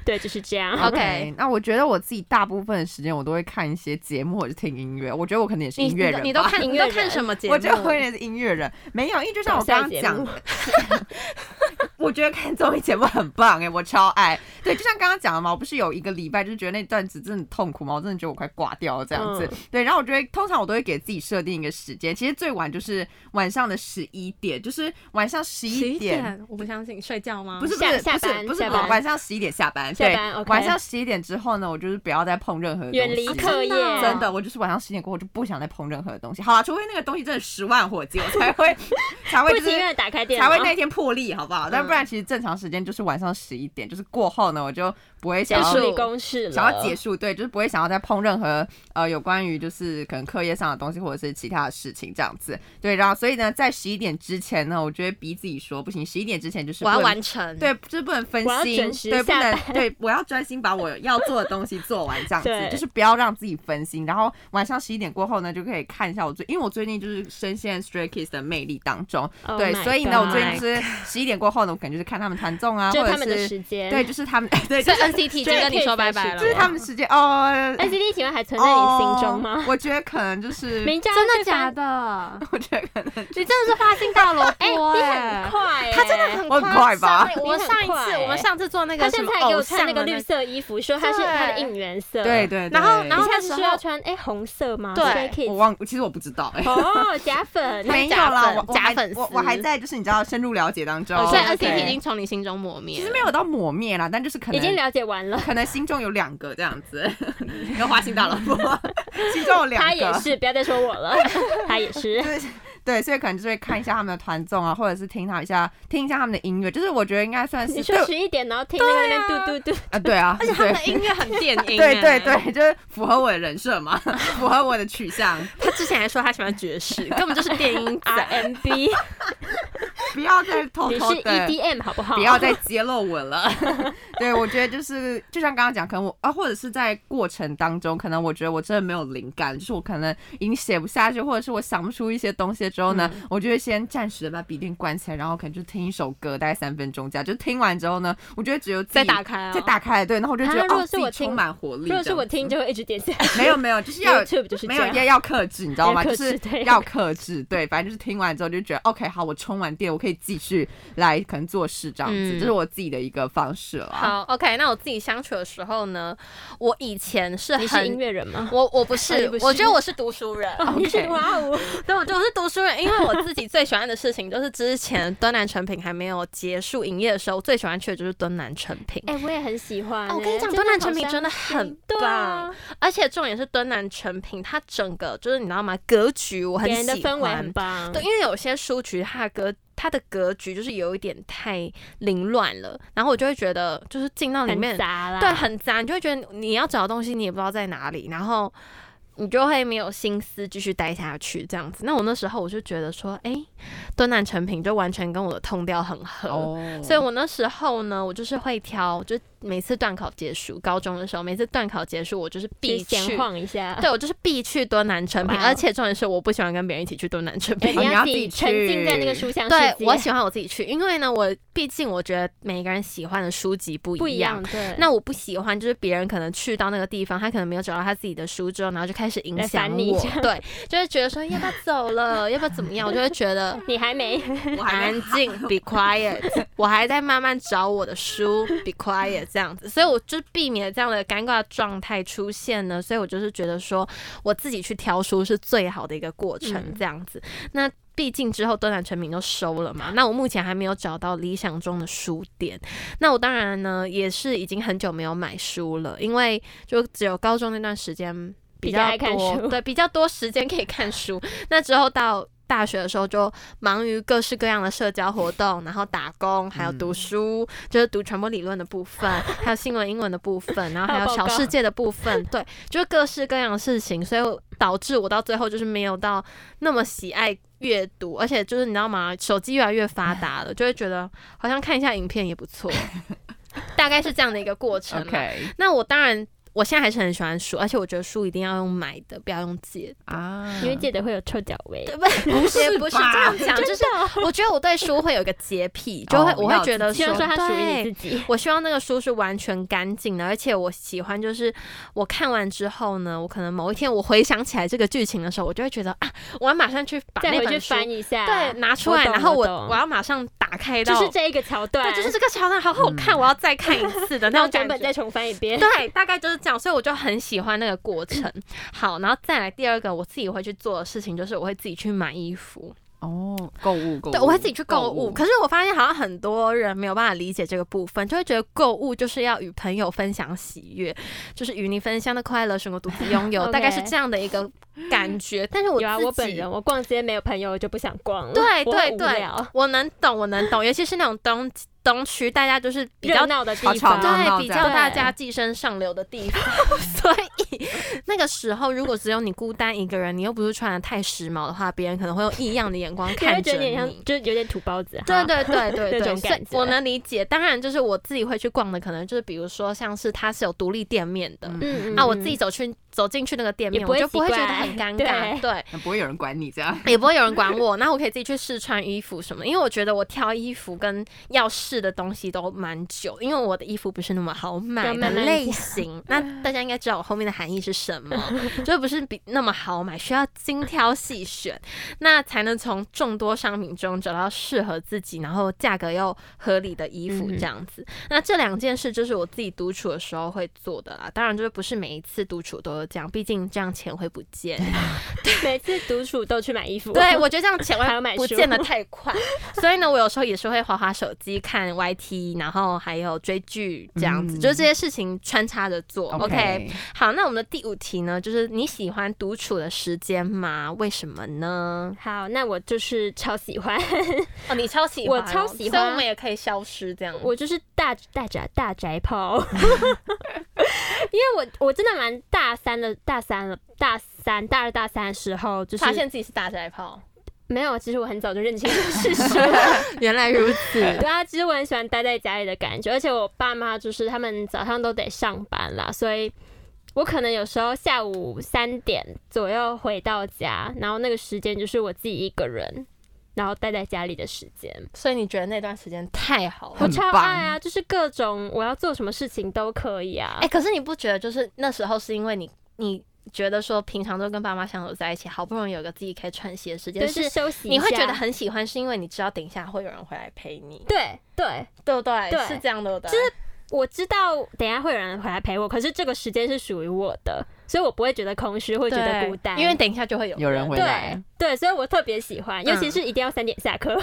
对，就是这样。
OK
那我觉得我自己大部分的时间我都会看一些节目或者听音乐，我觉得我可能也是
你，
音乐
你
人
都你都
吧
看
音
你
乐
都看
人
什么节目？
我觉得我也是音乐人，没有，因为就像我刚刚讲的， 我觉得看综艺节目很棒哎、我超爱。对，就像刚刚讲的嘛，我不是有一个礼拜就觉得那段子真的很痛苦嘛，我真的觉得我快挂掉了这样子。
嗯
对，然后我觉得通常我都会给自己设定一个时间，其实最晚就是晚上的十一点，就是晚上十一点。，
我不相信睡觉吗？
不是不
下
是
下
不是
班
不是
下
不是
班
晚上十一点下班，
下
对
班，OK，
晚上十一点之后呢，我就是不要再碰任何的
远
东
离
西
课业，
真
真的，我就是晚上十点过后就不想再碰任何的东西。好啊，除非那个东西真的十万火急，我才 会才会
不
就是
情愿地打开电脑，嗯
才会那天破例，好不好？但不然其实正常时间就是晚上十一点，就是过后呢，我就不会
结
想
束
要
理公式了，
想要结束，对，就是不会想要再碰任何呃有关于就是可能课业上的东西或者是其他的事情这样子。对，然后所以呢，在十一点之前呢，我就会逼自己说不行，十一点之前就是
我要
不能
完成。，
对，就是不能分
嗯我要
心
准，时
对，不
下
能 对，我要专心把我要做的东西做完，这样子
对
就是不要让自己分心。然后晚上十一点过后呢，就可以看一下我最，因为我最近就是深陷 Stray Kids 的魅力当中
Oh
对，
my
所以呢，我
God
最近就是十一点过后呢，我感觉就是看他们团综啊，或
就
者
他们的
是
时间，
对，就是 他们 对，就
所
是
以 NCT 已经跟你说拜拜了吗，
就是他们的时间 哦。
，ICD 请问还哎存在你心中吗
哦？我觉得可能就是，
明真
真的假？的？
我觉得可能
你真的是花心大萝
哎，你
卜
很
哎！
快欸，
他真的很
我很快吧
上欸我们上一
你很
次
快欸
我们上次做那
他
个什
现
么
在还给
偶
我穿
像
那
的
个绿色衣服，说他是
对
他的应援色，
对，对，
然后
对
然
你
后
下次说
那时候
要穿哎红色吗？
对
Stray
我
Kids
忘，其实我不知道哎。
哦，假 粉，
没有
假
啦，
粉
我我
假
还
粉
我我还
丝
在就是你知道深入了解当中，
哦
所以
对
NCT 已
OK
经从你心中磨灭
其
了
实。没有到抹灭啦，但就是可能
已经了解完了。
可能心中有两个这样子，跟花心大萝卜，心中有两个，
他也是，不要再说我了， 他也是
就。是对，所以可能就是会看一下他们的团综啊，或者是听他一下听一下他们的音乐，就是我觉得应该算是
你
对
说十一点，然后听那个那边嘟嘟嘟，
啊，对啊，
而且他们的
对
音乐啊很电欸音，
对对，对，就是符合我的人设嘛， 符合我的取向，
他之前还说他喜欢爵士， 根本就是电音仔。
RMB，
不要再偷
你是 E
偷的。
EDM 好不好？
哦不要再揭露我了。 对，我觉得就是就像刚刚讲，可能我啊，或者是在过程当中，可能我觉得我真的没有灵感，就是我可能已经写不下去，或者是我想不出一些东西之后
嗯
呢，我就会先暂时的把笔电关起来，然后可能就听一首歌，大概三分钟这样。就听完之后呢，我觉得只有自己
再打开哦
再打开，对，然后我就觉得、
啊如果
哦，
是
自己
我听
充满活力
如
这
果
样子。
是我听，就会一直点 下去。
没有没有，就是要
YouTube 就是
没
这
有
样
要要克制，你知道吗？就
要克制
是
对
要克制，对，反正就是听完之后就觉得 OK，好，我充完电，我可以继续来可能做事这样子，
嗯
这是我自己的一个方式啦。
好，OK，那我自己相处的时候呢，我以前是
你是音
很。
乐人吗？
我我不
哦你
是
不，是
我觉得我是读书人，
你是
OK
哇哦，
对，我觉得我是读书人，因为我自己最喜欢的事情就是之前敦南成品还没有结束营业的时候，我最喜欢去的就是敦南成品。
哎，我也很喜欢欸。
哦我跟你讲
真的
敦南
好
成品
伤
真的
心
很
对啊
而且重点是敦南成品，它整个就是你知道吗？格局我很
给人
喜
的
欢，
氛围很棒。
对，因为有些书局它的格它的格局就是有一点太凌乱了，然后我就会觉得就是进到里
很
面，
杂啦，
对，很杂，你就会觉得你要找的东西你也不知道在哪里，然后你就会没有心思继续待下去这样子。那我那时候我就觉得说，哎、敦南成品就完全跟我的痛调很合。
哦，
所以我那时候呢，我就是会挑，就每次段考结束，高中的时候，每次段考结束，我就是必
去闲
去，
晃一下。
对我就是必去敦南成品，
哇哦
而且重点是我不喜欢跟别人一起去敦南成
哎
品
哦。
你
你要
自
自
己
己
沉浸在那个书香世
对
界，
我喜欢我自己去，因为呢，我毕竟我觉得每个人喜欢的书籍不
不
一
一
样
样。。对，
那我不喜欢，就是别人可能去到那个地方，他可能没有找到他自己的书之后，然后就开始影
来
响
烦你
我
这样，
对，就会觉得说要不要走了，要不要怎么样，我就会觉得
你还没
我还没
安静，be quiet，我 还在慢慢找我的书，be quiet 这样子，所以我就避免这样的尴尬状态出现呢，所以我就是觉得说我自己去挑书是最好的一个过程
嗯，
这样子。那毕竟之后敦南成品都收了嘛，那我目前还没有找到理想中的书店。那我当然呢也是已经很久没有买书了，因为就只有高中那段时间比
比较
较
爱看
多，
书
对，比较多时间可以看书。那之后到大学的时候就忙于各式各样的社交活动，然后打工，还有读书，
嗯
就是读传播理论的部分，还有新闻英文的部分，然后还
还有
有
报
小
告
世界的部分， 对，就是各式各样的事情，所以导致我到最后就是没有到那么喜爱阅读，而且就是你知道吗？手机越来越发达了，就会觉得好像看一下影片也 不错，大概是这样的一个过程啦。
OK
那我当然。我现在还是很喜欢书，而且我觉得书一定要用买的，不要用借的。
啊
因为借的会有臭脚味。
不不
是
不是
吧
这样 讲，就是 我觉得我对书会有一个洁癖，就会、
哦
我
要
会
有
觉得
希望说它属于
对
你自己。
我希望那个书是完全干净的，而且我喜欢就是我看完之后呢，我可能某一天我回想起来这个剧情的时候，我就会觉得啊，我要马上去把
再
那
回
本
去
书
翻一下，
对拿出来，
我懂
然后
我
我
懂
我要马上打开到，
就是这一个桥段，
对，就是这个桥段好好看，我要再看一次的那
然 后
种
整
感
本
觉
再。重翻一遍。
对，大概就是这样，所以我就很喜欢那个过程。好，然后再来第二个，我自己会去做的事情就是我会自己去买衣服。
哦，购物购物，
对，我会自己去购物。
物，
可是我发现好像很多人没有办法理解这个部分，就会觉得购物就是要与朋友分享喜悦，就是与你分享的快乐，是我独自拥有，
OK
大概是这样的一个感觉。但是我
有啊，
自
我本
己
人我逛街没有朋友，我就不想逛了。
对
我很
对
无
对
聊，
我能懂，我能懂，尤其是那种东东区大家就是比较
热闹的地
好吵
方，
闹
对
闹
比
这
较
样
大
对
家寄生上流的 地方，所以那个时候如果只有你孤单一个人，你又不是穿的太时髦的话，别人可能会用异样的 眼光
就会
看
觉
着
得有点
你
像，。就有点土包子。哈
对，对对
那
对对，
种
所
感
以
觉
我能理解。当然，就是我自己会去逛的，可能就是比如说像是它是有独立店面的，
嗯
啊，我自己走去走进去那个店
也
面，
不
我
会
就不会
奇
觉得
怪
很尴尬，对，
不会有人管你这样。
也不会有人管我，然后我可以自己去试穿衣服什么，因为我觉得我挑衣服跟要试的东西都蛮久，因为我的衣服不是那么好买
要
的
慢慢
类型。那大家应该知道我后面的含义是什么，就不是比那么好买，需要精挑细选，那才能从众多商品中找到适合自己，然后价格又合理的衣服
嗯哼
这样子。那这两件事就是我自己独处的时候会做的啦，当然就是不是每一次独处都有这样，毕竟这样钱会不见。
每次独处都去买衣服。
对，我觉得这样钱
还要买
会不
书
见得太快， 所以呢，我有时候也是会滑滑手机、看 YT，然后还有追剧这样子，
嗯
就是这些事情穿插着做。OK，
OK，
好，那我们的第五题呢，就是你喜欢独处的时间吗？为什么呢？
好，那我就是超喜欢，
哦，你超喜
欢
欢，
哦所以我们
也可以消失这样
我就是大大宅大宅 炮，因为我我真的蛮大三的，大三了，大三大二大三的时候，就是
发现自己是大宅炮，
没有，其实我很早就认清这个事实了。
原来如 此。
对啊，其实我很喜欢待在家里的感觉，而且我爸妈就是他们早上都得上班啦，所以我可能有时候下午三点左右回到家，然后那个时间就是我自己一个人，然后待在家里的时间。
所以你觉得那段时间太好了
我
很。
超
棒
爱啊，就是各种我要做什么事情都可以啊。
哎、可是你不觉得就是那时候是因为你你觉得说平常都跟爸妈相处在一起，好不容易有个自己可以喘息的时
就
间，
是休息一
你会
下
觉得很喜欢，是因为你知道等一下会有人回来陪你，
对对，
对不对？
对
是这样，对不对？
就是我知道等一下会有人回来陪我，可是这个时间是属于我的，所以我不会觉得空虚，会
对
觉得孤单，
因为等一下就会有
有人回来
对。对，所以我特别喜欢，
嗯
尤其是一定要三点下 课，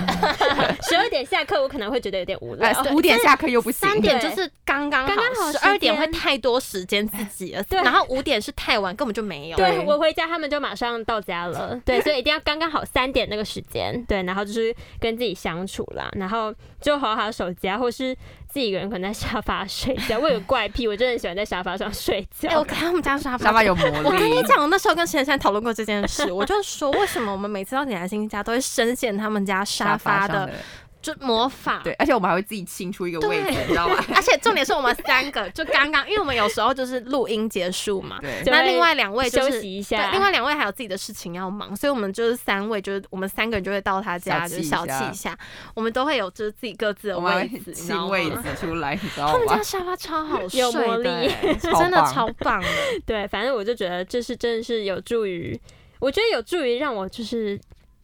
十二、点下课我可能会觉得有点无聊
哎。，五点下课又不行，
三点就
对
是刚刚
刚刚好
十
时
二
间
点会太多时间自己 了，
对
然后五点是太晚，根本就没有。
对
对
我回家，他们就马上到家 了。对，所以一定要刚刚好三点那个时间。对，然后就是跟自己相处啦，然后就划划手机啊，或是自己一个人可能在沙发睡觉。我有个怪癖，我真的很喜欢在沙发上睡觉。
哎、我看他们家沙
沙
发
发有魔力。
我跟你讲，我那时候跟贤珊讨论过这件事，我就说为什么我们每次到李兰心家都会深陷他们家沙
发
发的
上的，
就魔法。
对，而且我们还会自己清出一个位置，
对
你知道吗？
而且重点是我们三个就刚刚，因为我们有时候就是录音结束嘛，
对，
就
那
会
另外两位就
休
是
息一下
对，另外两位还有自己的事情要忙，所以我们就是三位，就是我们三个人就会到他家，
小
就是
憩一
小
下
憩一下。我们都会有就是自己各自的
我们还
位
会
置，你知道
清位
吗？
置出来，你知
他
道
们
吗
家？沙发超好睡
有魔
的
力
欸，
对
真的
棒
超棒的。
对，反正我就觉得这是真的是有助于，我觉得有助于让我就是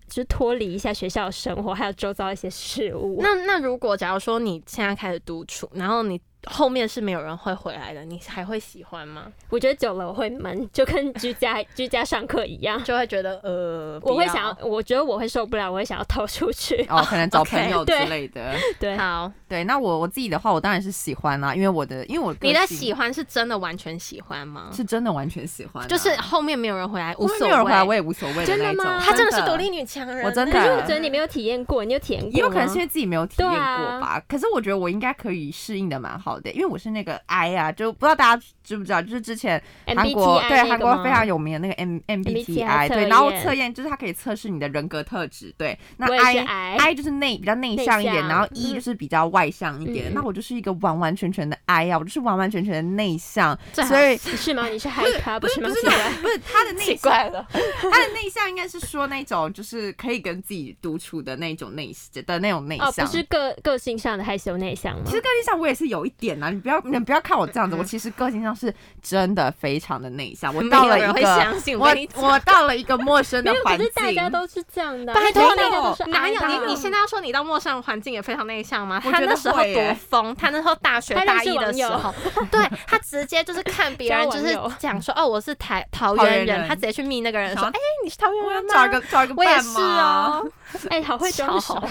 就是脱离一下学校的生活，还有周遭一些事物。
那那如果假如说你现在开始独处，然后你后面是没有人会回来的，你还会喜欢吗？
我觉得久了我会闷，就跟居家居家上课一样，
就会觉得呃，
我
不
会
要
想要，我觉得我会受不了，我会想要逃出去。
哦哦，可能找
OK，
朋友之
对
类的。
对，
好，
对，那我我自己的话，我当然是喜欢啦，因为我的，因为我个
你的
性
喜欢是真的完全喜欢吗？
是真的完全喜欢啊，
就是后面没有人回来，无
我
所
没
谓。
有人回来，我也无所谓
真的
那一种
吗。
她真的是独立，女强人，
我真的
可是我觉得你没有体验过，你有体验过吗？
也有可能是因为自己没有体验
对
过
啊
吧。可是我觉得我应该可以适应的蛮好的，因为我是那个 I 啊，就不知道大家知不知道，就是之前韩国
MBTI
对
那个
韩国
吗
非常有名的那个 M，M M
MBTI
MBTI，对，
测
然后
验
测验就是它可以测试你的人格特质，对，那
我也
I
是 I，
I 就是内比较内向一
内
点，
向
然后 E 就是比较外向一点。
嗯
那我就是一个完完全全的 I 啊，我就是完完全全的内向，
最好
所以
是吗？你是害怕不是吗？哦
那种不是他 的内向，
了，
他的内向应该是说那种就是可以跟自己独处的那种内的那种内
哦，
向。
不是个个性上的害羞内向吗
其？实个性上我也是有一点啊啦，你不要你不要看我这
嗯
样子，我其实个性上是真的非常的内 向。我
没
到
有
了
人
一
会
个
相信我
我
跟你讲。
我到了一个陌生
没
的
有，可
环
是大家
境，
都是这样的啊，
拜托
大家都是
哪
I
有
吧
你？你现在要说你到陌生环境也非常内向吗？
我
他
觉得
那时候
会耶
多疯，他那时候大学
他认
大
识
一的时候
网，
对他直接就是看别人
交
就
网
是
友
讲说哦我是台桃
桃
园
园
人，
人
他直接去密那个人说
想
哎你是桃园
我要
人
找一
吗？啊
个找一个
我也
伴
是
嘛。
哦，
哎，好会装
超
熟
好，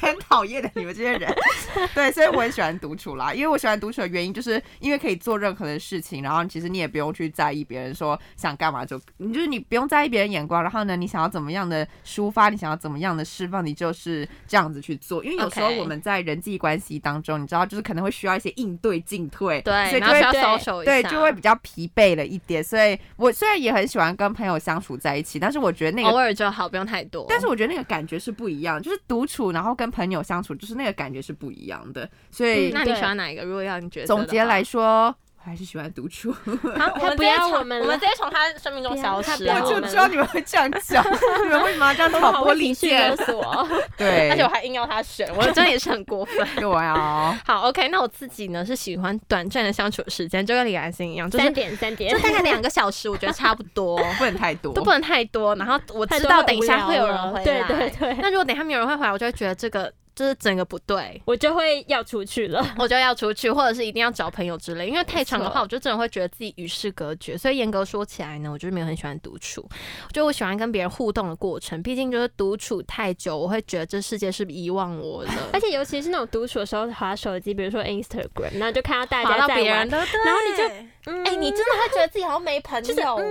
很讨厌的你们这些人。 对，所以我很喜欢独处啦，因为我喜欢独处的原因，就是因为可以做任何的事情，然后其实你也不用去在意别人说想干嘛就，你就是你不用在意别人眼光，然后呢，你想要怎么样的抒发，你想要怎么样的释放，你就是这样子去做。因为有时候
OK
我们在人际关系当中，你知道，就是可能会需要一些应对进退，所
对，
以就
然后
会
需要
对
social 一
对，
下，
就会比较疲惫了一点。所以我虽然也很喜欢跟朋友相处在一起，但是我觉得那
偶
个，
尔就好，不用太多。
但是我觉得那个感觉是不一样，就是独处然后跟朋友相处，就是那个感觉是不一样的。所以、
那你
对
喜欢哪一个？如果要你角色的话，
总结来说，我还是喜欢独处。
啊，
他
我们
不
直接
要
从
我们
我们
了
直接从他生命中
不要
消
他
失
不要
啊。
然
我
后
就
呢
知道你们会这样讲， 你们为什么要这样 挑拨离
绪
间
勒？索，
对，
而且我还硬要他 选，我真的也是很过分。
对哦，
好，OK，那我自己呢是喜欢短暂的相处时间，就跟李兰心一样，就是
三点三点
就， 大概两个小时，我觉得差不 多，
不能太多
都。不能太多。 然后我
太
知
多
道
会
等一
无
下
聊
会有
了
人回来，
对对对，
那如果等一下没有人会回来，我就会觉得这个就是整个不对。
我就会要出去了。
我就要出去，或者是一定要找朋友之类，因为太长的
没
话，
错
我就真的会觉得自己与世隔绝。所以严格说起来呢，我就是没有很喜欢独处，我觉得我喜欢跟别人互动的过程。毕竟就是独处太久，我会觉得这世界是遗忘 我的，
而且尤其是那种独处的时候，滑手机，比如说 Instagram，然后就看到大
划
家
到
在
别人
玩，
的，然
然后你就
哎、你真的会觉得自己好像没朋友哎、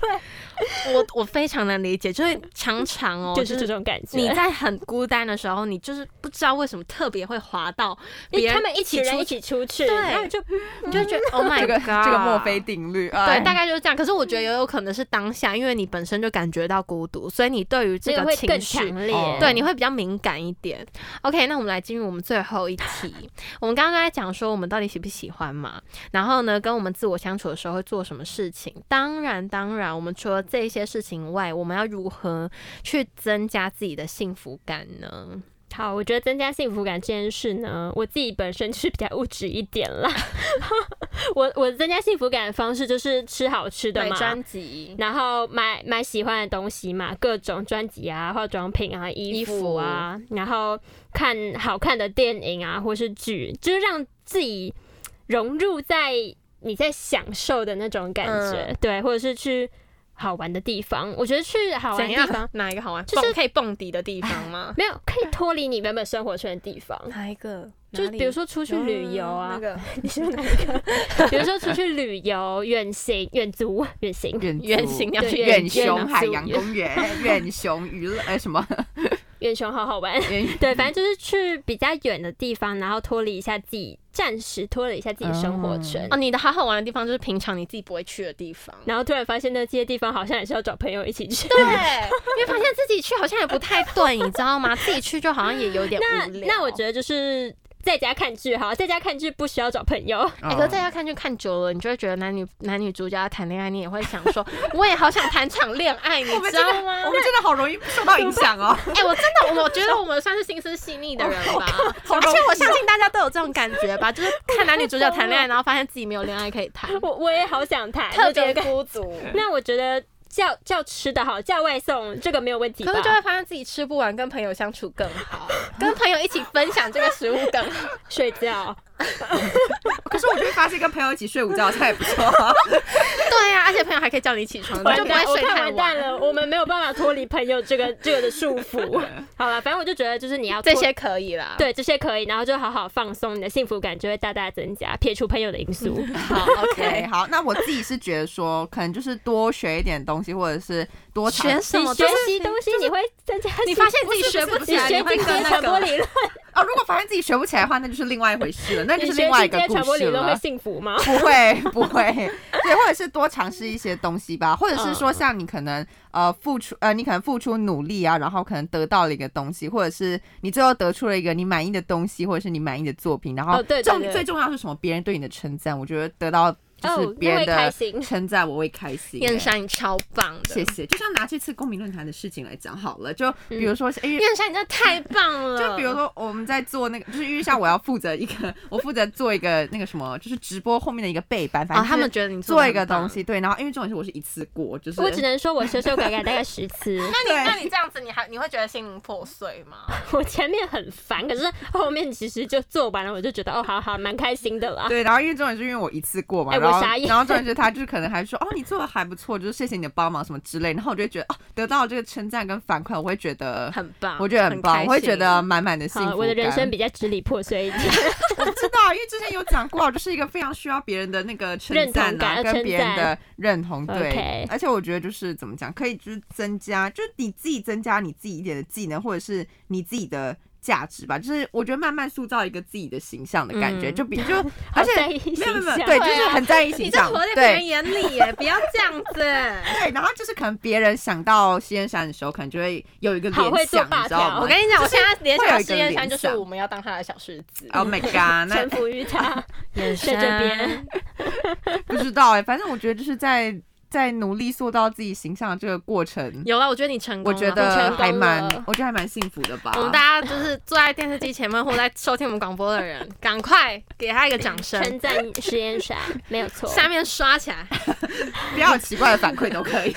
对，我我非常能理解，就是常常 哦，
就
就是
这种感觉。哎
你在很孤单的时候，你就是不知道为什么特别会滑到
因为
别人，
他们一起人
出
一嗯起
去，
出去，
对
然后就
你就会觉得 Oh my
这
God，
个这个墨菲定律，哎
对，大概就是这样。可是我觉得也有可能是当下，因为你本身就感觉到孤独，所以你对于这
这个
个
会更
情绪，
强烈
哦。
对，你会比较敏感一点。OK，那我们来进入我们最后一题。 我们刚刚都在讲说我们到底喜不喜欢嘛，然后呢，跟我们自我相处的时候会做什么事情？当然，当然，我们除了这些事情外，我们要如何去增加自己的幸福感呢？
好，我觉得增加幸福感这件事呢，我自己本身就是比较物质一点啦。 我我增加幸福感的方式就是吃好吃的
买
嘛，
专辑。
然后买买喜欢的东西嘛，各种专辑啊、化妆品啊、衣服啊，然后看好看的电影啊，或是剧，就是让自己融入在你在享受的那种感觉，
嗯
对，或者是去好玩的地方。我觉得去好玩
怎
的
样
地方？
哪一个好玩？
就是？
蹦可以蹦迪的地方吗
没有可以脱离你原本生活圈的地方。
哪一个？
就比如说出去旅游
嗯
啊，
个
你是哪一个？比如说出去旅游、远行、远足、远 行、
远
圆
足
形，要
对
去
远
远
雄
远
海
足
洋
远
公园，远雄娱乐， 哎，什么？
远雄，好好玩。
远
对，反正就是去比较远的地方，然后脱离一下自己，暂时脱离一下自己生活圈。
哦，你的好好玩的地方就是平常你自己不会去 的地方。
然后突然发现呢，这些地方好像也是要找朋友一起去。
对， 因为发现自己去好像也不太对，你知道吗？自己去就好像也有点
那
无聊。
那我觉得就是在家看剧哈，在家看剧不需要找朋友。
哎、
哦
可是在家看剧看久了，你就会觉得男女男女主角要谈恋爱，你也会想说，我也好想谈场恋爱，你
我们
知
真
道
的，
吗？
我们真的好容易受到影响 哦。
哎、我真的，我觉得我们算是心思细腻的人吧，
好
而且
容易
我相信大家都有这种感觉吧，就是看男女主角谈恋爱，然后发现自己没有恋爱可以谈，
我我也好想谈，
特
那
别
种感
孤独。
那我觉得叫叫吃的好，叫外送这个没有问题吧
可？是就会发现自己吃不完，跟朋友相处更好，跟朋友一起分享这个食物更好。
睡 觉，
可是我就会发现跟朋友一起睡午觉好像也不错。哦
对啊呀、而且朋友还可以叫你起床，你
完
就不会
蛋，我
睡
看
太
完蛋
晚。
了，我们没有办法脱离朋友这个这个的束 缚。好了，反正我就觉得就是你要
这
脱
些可以啦。，
对，这些可以，然后就好好放松，你的幸福感就会大大增加，撇除朋友的因素。
好
对，
，OK。
好，那我自己是觉得说，可能就是多学一点东西，或者是多尝
学什
你
么
学
东西？
习东西，你会增加幸福，
你发现自己学
不
不
是
起来，
你
你
学
会
进
跟
阶
那
传播
个。
理论，
哦。如果发现自己学不起来的话，那就是另外一回事了，那
你
就是
学
另外一
进
个
阶
故
传播理
事
论会
了。
幸福吗？
不会，不会，对，或者是多尝试一些东西吧，或者是
嗯
说像你可能呃付出呃，你可能付出努力啊，然后可能得到了一个东西，或者是你最后得出了一个你满意的东西，或者是你满意的作品，然后
哦对对
重
对
最重要是什么？别人对你的称赞，我觉得得到就是
哦
别
那
人
会
的
开心
称赞，我会开心、
燕山，你超棒的
谢，谢。就像拿这次公民论坛的事情来讲好了，就比如说，哎、哎
燕山，你真的太棒了。
就比如说我们在做那个，就是因为像我要负责一个，我负责做一个那个什么，就是直播后面的一个背板，反
哦，
正、
他们觉得你
做
得
一个
很棒
东。西，对。然后因为重点是我是一次过，就是
我只能说我修修改改大概十次，
那
对
你那你这样子，你还你会觉得心灵破碎吗？
我前面很烦，可是后面其实就做完了，我就觉得哦，好好，蛮开心的啦。
对。然后因为重点是因为我一次过嘛，
哎，
然然后
我傻眼
然后重点是他就是可能还说哦你做的还不错，就是谢谢你的帮忙什么之类，然后我就会觉得哦得到这个称赞跟反馈，我会觉得
很棒，
我觉得很棒，
开
我会
心
觉得满满的幸福
好，
感。
我的人生比较支离破碎 一点。
知道，因为之前有讲过，我就是一个非常需要别人的那个称赞
认同
啊，
感呃
跟别人
称
的认同。对
OK，
而且我觉得就是怎么讲，可以就是增加，就是你自己增加你自己一点的技能，或者是你自己的。价值吧，就是我觉得慢慢塑造一个自己的形象的感觉，
嗯
就比就
好
而且
在意
没有没有没
形
有
象
对，就
对
是
啊
很在意
你
形
这
象，
活在别
对
人眼里 耶，不要这样子。
对，然后就是可能别人想到西恩山的时候，可能就会有一个
好会
联
做
想，你
霸
知道
条
吗
我？跟你讲，我现在联
会
想
有
到
一个
试验山
联
就是
想
我们要当他的小狮子。
Oh my god！那
臣服于 他，
眼
在这边
不知道哎、反正我觉得就是在在努力塑造自己形象的这个过程，
有了，我觉得你成
我
功了，
觉
我
得
啊成功
还蛮
了，
我觉得还蛮幸福的吧。
我们大家就是坐在电视机前面或在收听我们广播的人， 赶快给他一个掌声，
称赞实验傻，没有错。
下面刷起来。
不要有奇怪的反馈都可 以，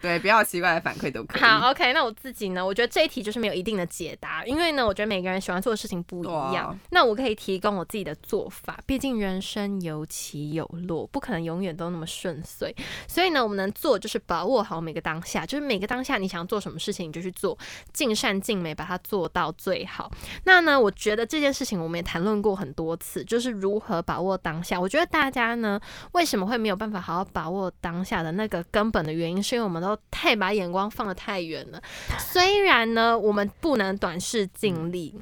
对，不要有奇怪的反馈都可以。
好，OK，那我自己呢？我觉得这一题就是没有一定的解答，因为呢，我觉得每个人喜欢做的事情不一
对
样
啊。
那我可以提供我自己的做法，毕竟人生有起有落，不可能永远都那么顺遂。所以呢，我们能做就是把握好每个当下，就是每个当下你想做什么事情你就去做，尽善尽美，把它做到最好。那呢，我觉得这件事情我们也谈论过很多次，就是如何把握当下。我觉得大家呢，为什么会没有办法好好把握当下的那个根本的原因，是因为我们都太把眼光放得太远了。虽然呢，我们不能短视近利。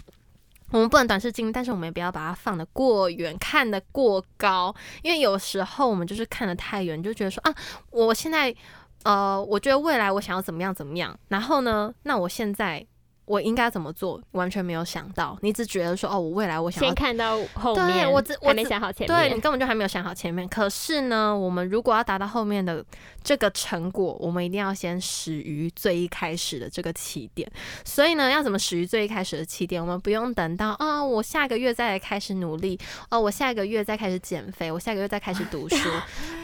我们不能短视近利，但是我们也不要把它放得过远，看得过高，因为有时候我们就是看得太远，就觉得说啊，我现在，呃，我觉得未来我想要怎么样怎么样，然后呢，那我现在我应该怎么做，完全没有想到，你只觉得说哦，我未来我想要
先看到后
对
面，
我只我
还没
只
想好前
对你
面。
根本就还没有想好前面。可是呢，我们如果要达到后面的这个成果，我们一定要先始于最一开始的这个起点。所以呢，要怎么始于最一开始的起点？我们不用等到啊、我下个月再来开始努力，哦，我下个月再开始减肥，我下个月再开始读书，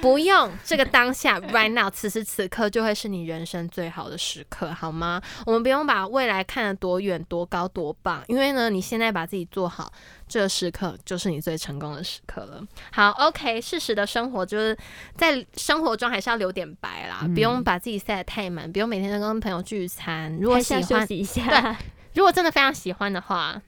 不用这个当下 right now 此时此刻就会是你人生最好的时刻，好吗？我们不用把未来看得多远、多高、多棒，因为呢，你现在把自己做好，这个时刻就是你最成功的时刻了。好，OK，适时的生活就是在生活中还是要留点白
嗯
啦，不用把自己塞得太满，不用每天都跟朋友聚餐。如果
还是
喜
要休
欢，
息一下，
如果真的非常喜欢的话，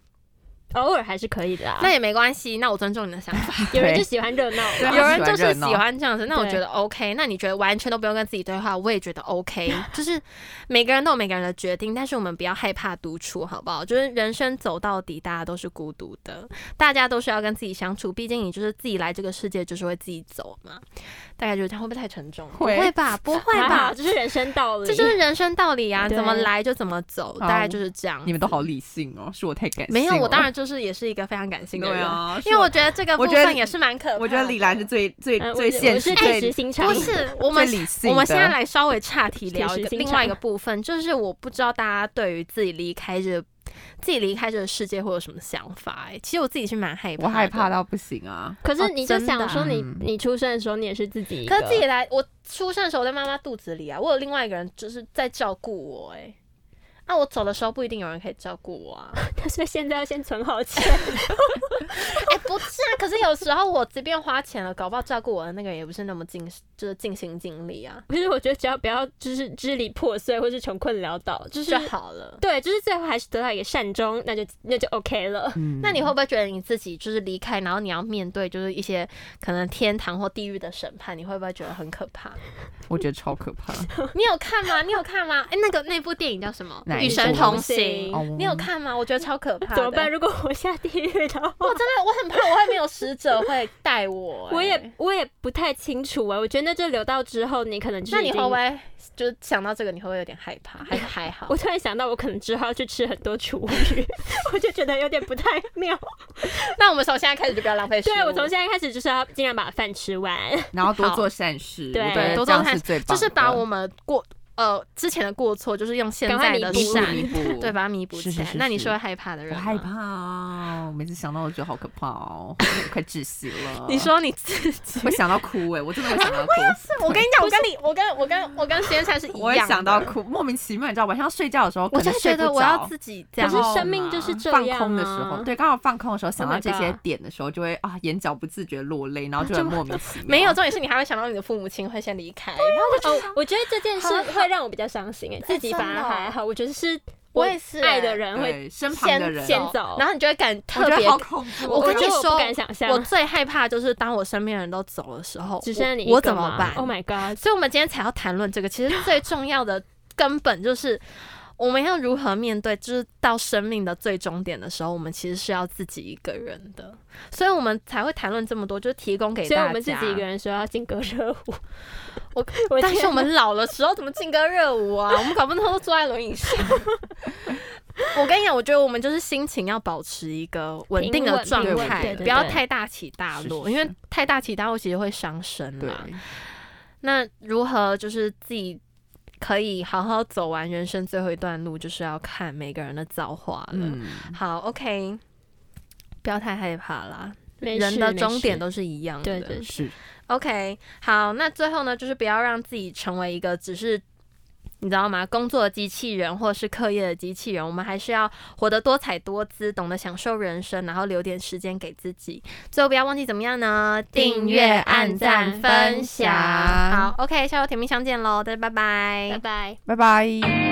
偶尔还是可以的啊。
那也没关系，那我尊重你的想法。
有人就喜欢热闹嘛，
对啊
有人
他
就
喜欢热
是
闹
喜欢这样子，那我
对
觉得 OK。那你觉得完全都不用跟自己对话，我也觉 得 OK。就是每个人都有每个人的决定，但是我们不要害怕独处，好不好？就是人生走到底，大家都是孤独的，大家都是要跟自己相处。毕竟你就是自己来这个世界，就是会自己走嘛。大概就是这样，会不会太沉重？
会
不 会吧？不会
还好
吧？
这是人生道理。
这就是人生道理啊，
对
怎么来就怎么走，
好
大概就是这样。
哦你们都好理性哦，是我太感性了。
没有，我当然就是也是一个非常感性的
对
人，
啊，
因为我觉得这个部
我觉得
分也是蛮可怕的。
我觉得李兰是最最
呃
嗯我
最
是
现
我
实、
是太
最
实心肠，
不是，我们
最理性的。
我们现在来稍微岔题聊一
铁石
个
心肠
另外一个部分，就是我不知道大家对于自己离开这个自己离开这个世界会有什么想法、欸。其实我自己是蛮害怕，
我害怕。到不行啊。
可
哦
是你就
真的
想说你，
嗯
你出生的时候你也是自己一
可
个，
是自己来，我出生的时候我在妈妈肚子里啊，我有另外一个人就是在照顾我、欸，那我走的时候不一定有人可以照顾我啊！
所以现在要先存好钱。
哎、不是啊，可是有时候我即便花钱了，搞不好照顾我的那个人也不是那么尽，就是尽心尽力啊，
可是我觉得只要不要就是支离破碎或是穷困潦倒，就是
就好了。
对，就是最后还是得到一个善终，那就那就 OK 了。
嗯，
那你会不会觉得你自己就是离开，然后你要面对就是一些可能天堂或地狱的审判，你会不会觉得很可怕？
嗯我觉得超可怕。
你有看吗？你有看吗？哎、那个那部电影叫什么？
哪一部
与神同行
哦》，
你有看吗？我觉得超可怕的。
怎么办？？如果我下地狱的话，
我真的我很怕，我会没有使者会带我、 哎
我也我也不太清楚啊。我觉得那就留到之后，你可能就是
那你
已
会
经
不会就是想到这个，你会不会有点害怕？ 还还好
我。突然想到，我可能之后要去吃很多厨余， 我就觉得有点不太妙。
那我们从现在开始就不要浪费食物。
对我从现在开始就是要尽量把饭吃完。
然后多
好
做善事，
对
我觉得这
多做
样
善
是
事
最棒的。
就是把我们过呃之前的过错，就是用现
赶快
在
弥
的
补
善，
弥补
对，把它弥补起
是
来。
是是
那你
是
是会害怕的人啊
我
吗？
害怕哦，我每次想到我觉得好可怕哦，我快窒息了。
你说你自己
会想到哭哎、我真的会想到哭，
我跟你讲，我跟你，我跟我跟我跟先生是一样的。
我也想到哭，莫名其妙，你知道晚上睡觉的时候， 可
我就
能
是
睡
觉
不
得我要
着
自己这
然
可。
样
是
后
生命
嘛
就是这
放
样
空的时候，
啊
对，刚好放空的时候想
Oh
到
my
这些
God
点的时候，就会啊眼角不自觉落泪，然后就很莫名其妙。
没有，重点是你还会想到你的父母亲会先离 开，
哦， 哎我觉得这件事会让我比较伤心诶，自己反而还好。我觉得是哦哎我
也是
爱
欸
的人会，
对身旁
先
的人，
先走
然后你就会感
我
特
觉
别
得好恐怖哦。
我跟
觉
你
得
说
不敢想象
我，最害怕就是当我身边的人都走的时候，
只剩下你一
我我
个
怎么
嘛
办
？Oh my god！
所以，我们今天才要谈论这个。其实最重要的根本就是我们要如何面对，就是到生命的最终点的时候，我们其实是要自己一个人的。所以我们才会谈论这么多，就是提供给大
所以
家。
我们自己一个人说要进歌热舞，
我
我
但
天
是我们老了时候怎么劲歌热舞啊？ 我们搞不懂都坐在轮椅上。我跟你讲，我觉得我们就是心情要保持一个稳定的状
平稳平稳
态，
对对
不要
对
太大起大
是是
落，
是
因为太大起大落其实会伤身
对
啦。那如何就是自己可以好好走完人生最后一段路，就是要看每个人的造化了。
嗯，
好，OK，不要太害怕啦，
没
人
事
的
没
终点
事
都是一样的。
对对
是
OK，好，那最后呢，就是不要让自己成为一个只是。你知道吗？工作的机器人或是课业的机器人，我们还是要活得多彩多姿，懂得享受人生，然后留点时间给自己。最后不要忘记怎么样呢？
订阅按赞分享
好，OK，下周甜蜜相见喽，大家拜拜，
拜拜。
拜拜。